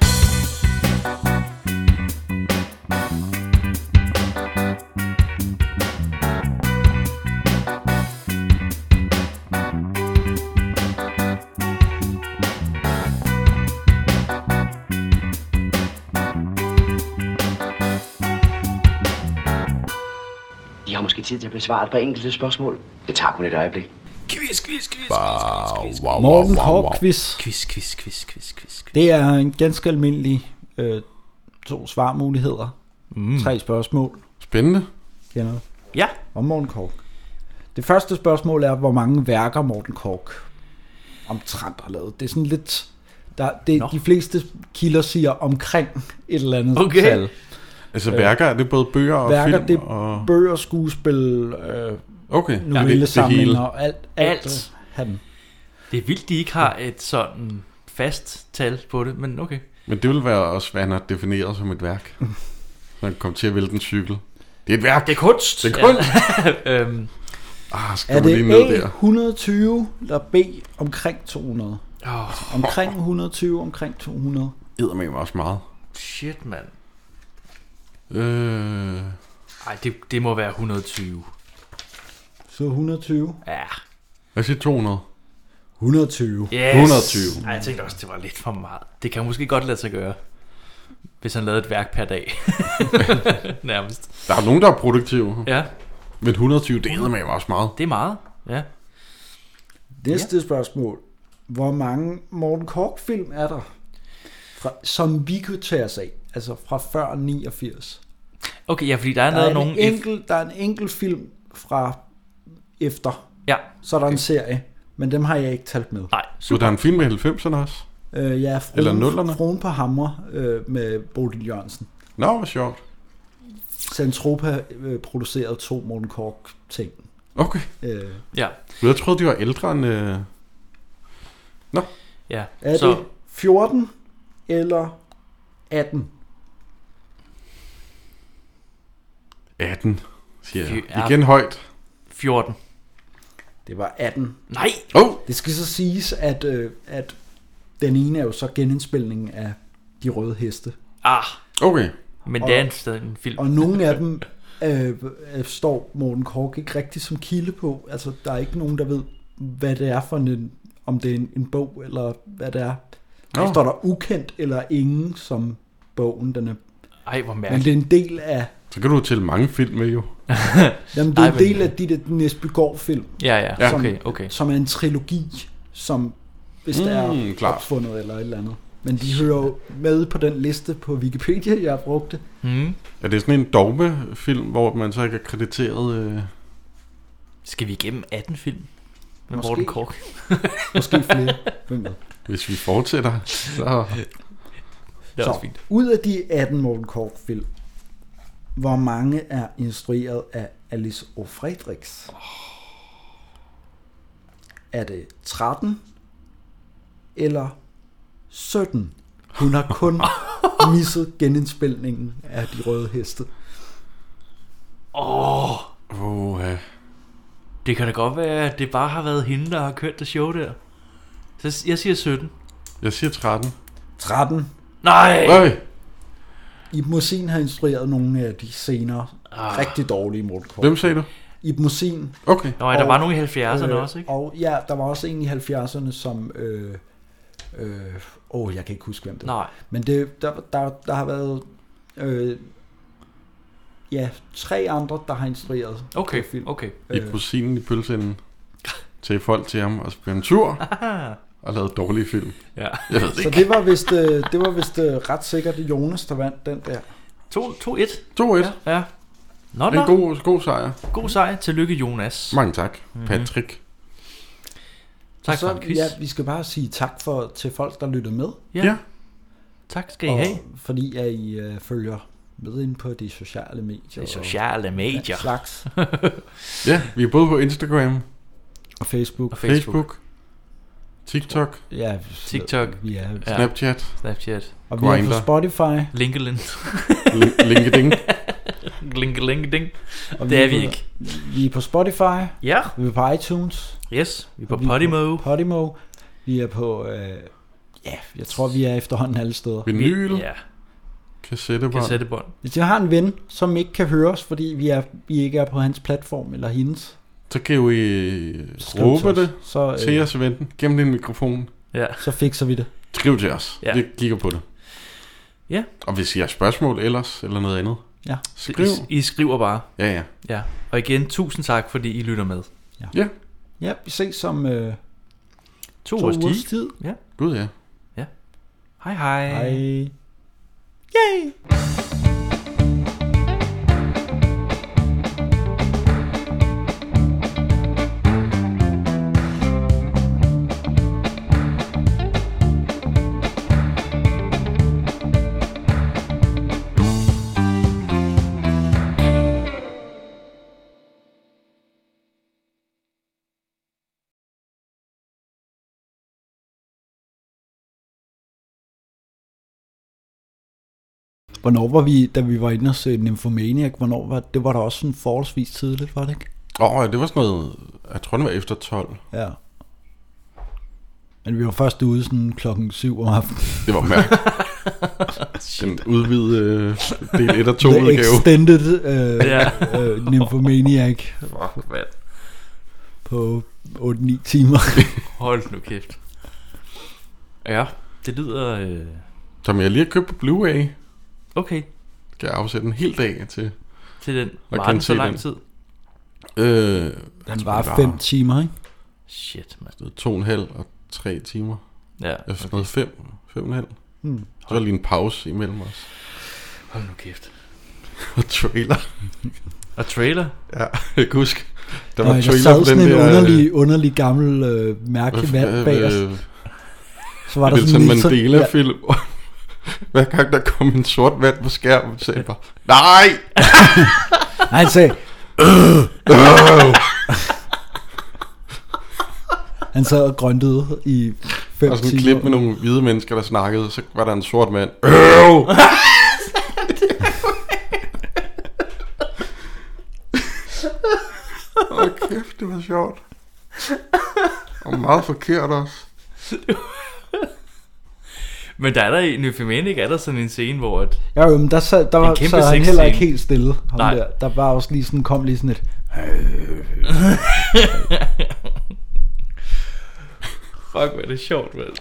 I har måske tid til at besvare et par enkelte spørgsmål. Det tager kun et øjeblik. Quiz, quiz, quiz. wow, Morten Kork quiz. Quiz, quiz, quiz, quiz, quiz. Det er en ganske almindelig øh, to svarmuligheder. Mm. Tre spørgsmål. Spændende. Kender du? Ja. Om Morten Kork. Det første spørgsmål er, hvor mange værker Morten Kork omtrent har lavet. Det er sådan lidt... Der, det, de fleste kilder siger omkring et eller andet Okay. tal. Altså, værker, er det både bøger og Øh, værker, film det er og- bøger, skuespil, øh, Okay. novellesamlinger Ja, det- det og hele. alt. alt. Alt. alt. Han. Det er vildt, de ikke har et sådan fast tal på det, men okay. Men det vil være også, hvad han har defineret som et værk. Når han kom til at vælte en cykel. Det er et værk. Det er kunst. Det er kunst. Ja. øhm, Ah, skal Er man lige det ned A der. 120 eller B omkring 200? Oh. Omkring 120, omkring 200. Æder med mig også meget. Shit, mand. Øh, Ej, det, det må være 120. Så 120. Ja. jeg siger 200. 120. Yes. 120. Ej, jeg tænkte også, det var lidt for meget. Det kan måske godt lade sig gøre, hvis han lavede et værk per dag. Nærmest. Der er nogen, der er produktive. Ja. Men 120, det æder med mig også meget. Det er meget, ja. Næste spørgsmål. Hvor mange Morten Kork-film er der, fra, som vi kunne tage os af? Altså fra før 89. Okay, ja, fordi der er, Der er, lavet en nogle... enkelt, der er en enkelt film fra efter. Ja. Så er der en serie, men dem har jeg ikke talt med. Nej, Så der er en film med 90'erne også. Øh, ja, Froen, Eller nullerne. Froen på Hammer øh, med Bodil Jørgensen. Nå, hvor sjovt. Centropa øh, producerede to Morten Kork-ting. Okay. Øh, Ja. Jeg troede, de var ældre end... Øh... Nå. Ja. er så... Så- det 14 eller 18? 18, siger jeg. Ja. Igen højt. 14. Det var 18. Nej! Oh! Det skal så siges, at, øh, at den ene er jo så genindspilningen af De Røde Heste. Ah. Okay. Men Og- det er en stadig en film. Og nogle af dem øh, øh, står Morten Kork ikke rigtig som kilde på. Altså, der er ikke nogen, der ved, hvad det er for en, om det er en, en bog, eller hvad det er. Der Nå. står der ukendt eller ingen som bogen, den er. Ej, hvor Men det er mærkeligt. en del af, Så kan du tælle mange film med, jo. jamen, det er Ej, en men- del af de der Næsbygård-film. Ja, ja. Ja, okay, okay. Som er en trilogi, som hvis Mm, mm, der er klart. opfundet eller et eller andet. Men de hører jo med på den liste på Wikipedia, jeg brugte. Mm. Er det sådan en dogmefilm, hvor man så ikke er krediteret... Øh... Skal vi igennem 18 film? Med Måske. Morten Kork. Måske flere. Hvem ved? Hvis vi fortsætter, så... Det er også Så, fint. ud af de 18 Morten Kork film, hvor mange er instrueret af Alice O. Fredericks? Er det 13 eller 17? Hun har kun misset genindspilningen af De Røde Heste. Åh, oh, ja. det kan da godt være, at det bare har været hende, der har kørt det show der. Så s- jeg siger 17. Jeg siger 13. 13. Nej! Øj! Ibn Mosin har instrueret nogle af de senere Ah. ah. rigtig dårlige Morten Kork. Hvem sagde du? Ibn Mosin. Okay. Nå, ja, der Og, var nogle i 70'erne Øh. også, ikke? Og ja, der var også en i 70'erne, som... Øh, øh, åh, jeg kan ikke huske, hvem det var. Nej. Men det, der, der, der har været... Øh, ja, tre andre, der har instrueret. Okay, det film. okay. I rosinen i pølseenden til folk til ham og spille en tur og lavede dårlige film. Ja. Jeg ved det Så ikke. det var vist, øh, det var vist øh, ret sikkert Jonas, der vandt den der. 2-1. 2-1. Ja. ja. Nå, En nå. god, god sejr. God sejr. Tillykke, Jonas. Mange tak, Mhm. Patrick. Tak Og så, for en quiz. Ja, vi skal bare sige tak for, til folk, der lytter med. Ja. Ja. Tak skal I og have. Fordi at I øh, følger med ind på de sociale medier. De sociale medier. Og den slags. Ja, vi er både på Instagram, og Facebook. Og Facebook, Facebook. TikTok, Ja, TikTok. Vi er, Ja. Snapchat. Snapchat. Og vi er på Grindr. Spotify. Linkelin. Lin- linkedin. Linkelinkeding. Og Det er vi på- ikke. Vi er på Spotify. Ja. Vi er på iTunes. Yes, vi er på Og Podimo. Podimo. Vi er på... Øh, ja, jeg tror, vi er efterhånden alle steder. Vinyl. Ja. Kassettebånd. Kassettebånd. Hvis jeg har en ven, som ikke kan høre os, fordi vi, er, vi ikke er på hans platform eller hendes, Så kan vi øh, Skriv til os. råbe det Så, øh, til os, venten, gennem din mikrofon. Ja. så fikser vi det. Skriv til os. Ja. Vi kigger på det. Ja. Og hvis I har spørgsmål ellers, eller noget andet. Ja. Skriv. I, I skriver bare. Ja, ja. Ja. Og igen, tusind tak, fordi I lytter med. Ja. Ja, vi ses om øh, To, to års ugers tid. tid. Ja. Gud ja. Hej hej. Hej. Yay! Hvornår var vi, da vi var inde og se Nymphomaniac, hvornår var, det var der også sådan forholdsvis tidligt, var det ikke? Åh, oh, det var sådan noget, jeg tror, det var efter 12. Ja. Men vi var først ude sådan klokken 7 om aftenen. Det var mærkeligt. Den udvidede øh, del 1 og 2 The udgave. Extended øh, Ja. øh, Nymphomaniac Fuck, mand. på 8-9 timer. Hold nu kæft. Ja, det lyder... Øh... Som jeg lige har købt på Blu-ray, Okay, kan jeg afsætte en hel dag til. til den. Og Var kan den så se lang den. tid? Øh, Den var 5 timer, ikke? Shit, mand. To og en halv og tre timer. Ja, Jeg sådan noget fem, fem og en halv. Hmm. Så var lige en pause imellem os. Hold nu kæft. Og trailer. Og trailer? Ja, jeg kan huske. Der Der var var Nå, en der trailer sad på den sådan en der... øh, underlig, underlig gammel øh, mærkelig hvad- mand bag os. øh, Så var der sådan Nelson en lille- Mandela-film. Hver gang der kom en sort mand på skærmen, sagde jeg bare, nej! Nej, han sagde... Øh! Han sad og grøntede i 5 Og timer. sådan et klip med nogle hvide mennesker, der snakkede, så var der en sort mand. Øh! Åh, kæft, det var sjovt. Og meget forkert også. Men der er der i Nymphomaniac, er der sådan en scene, hvor... At... Ja, jo, men der, sad, der En var, kæmpe sad han sexscene. heller ikke helt stille. Ham Nej. Der. der var også lige sådan, kom lige sådan et... Fuck, hvor er det sjovt, mand.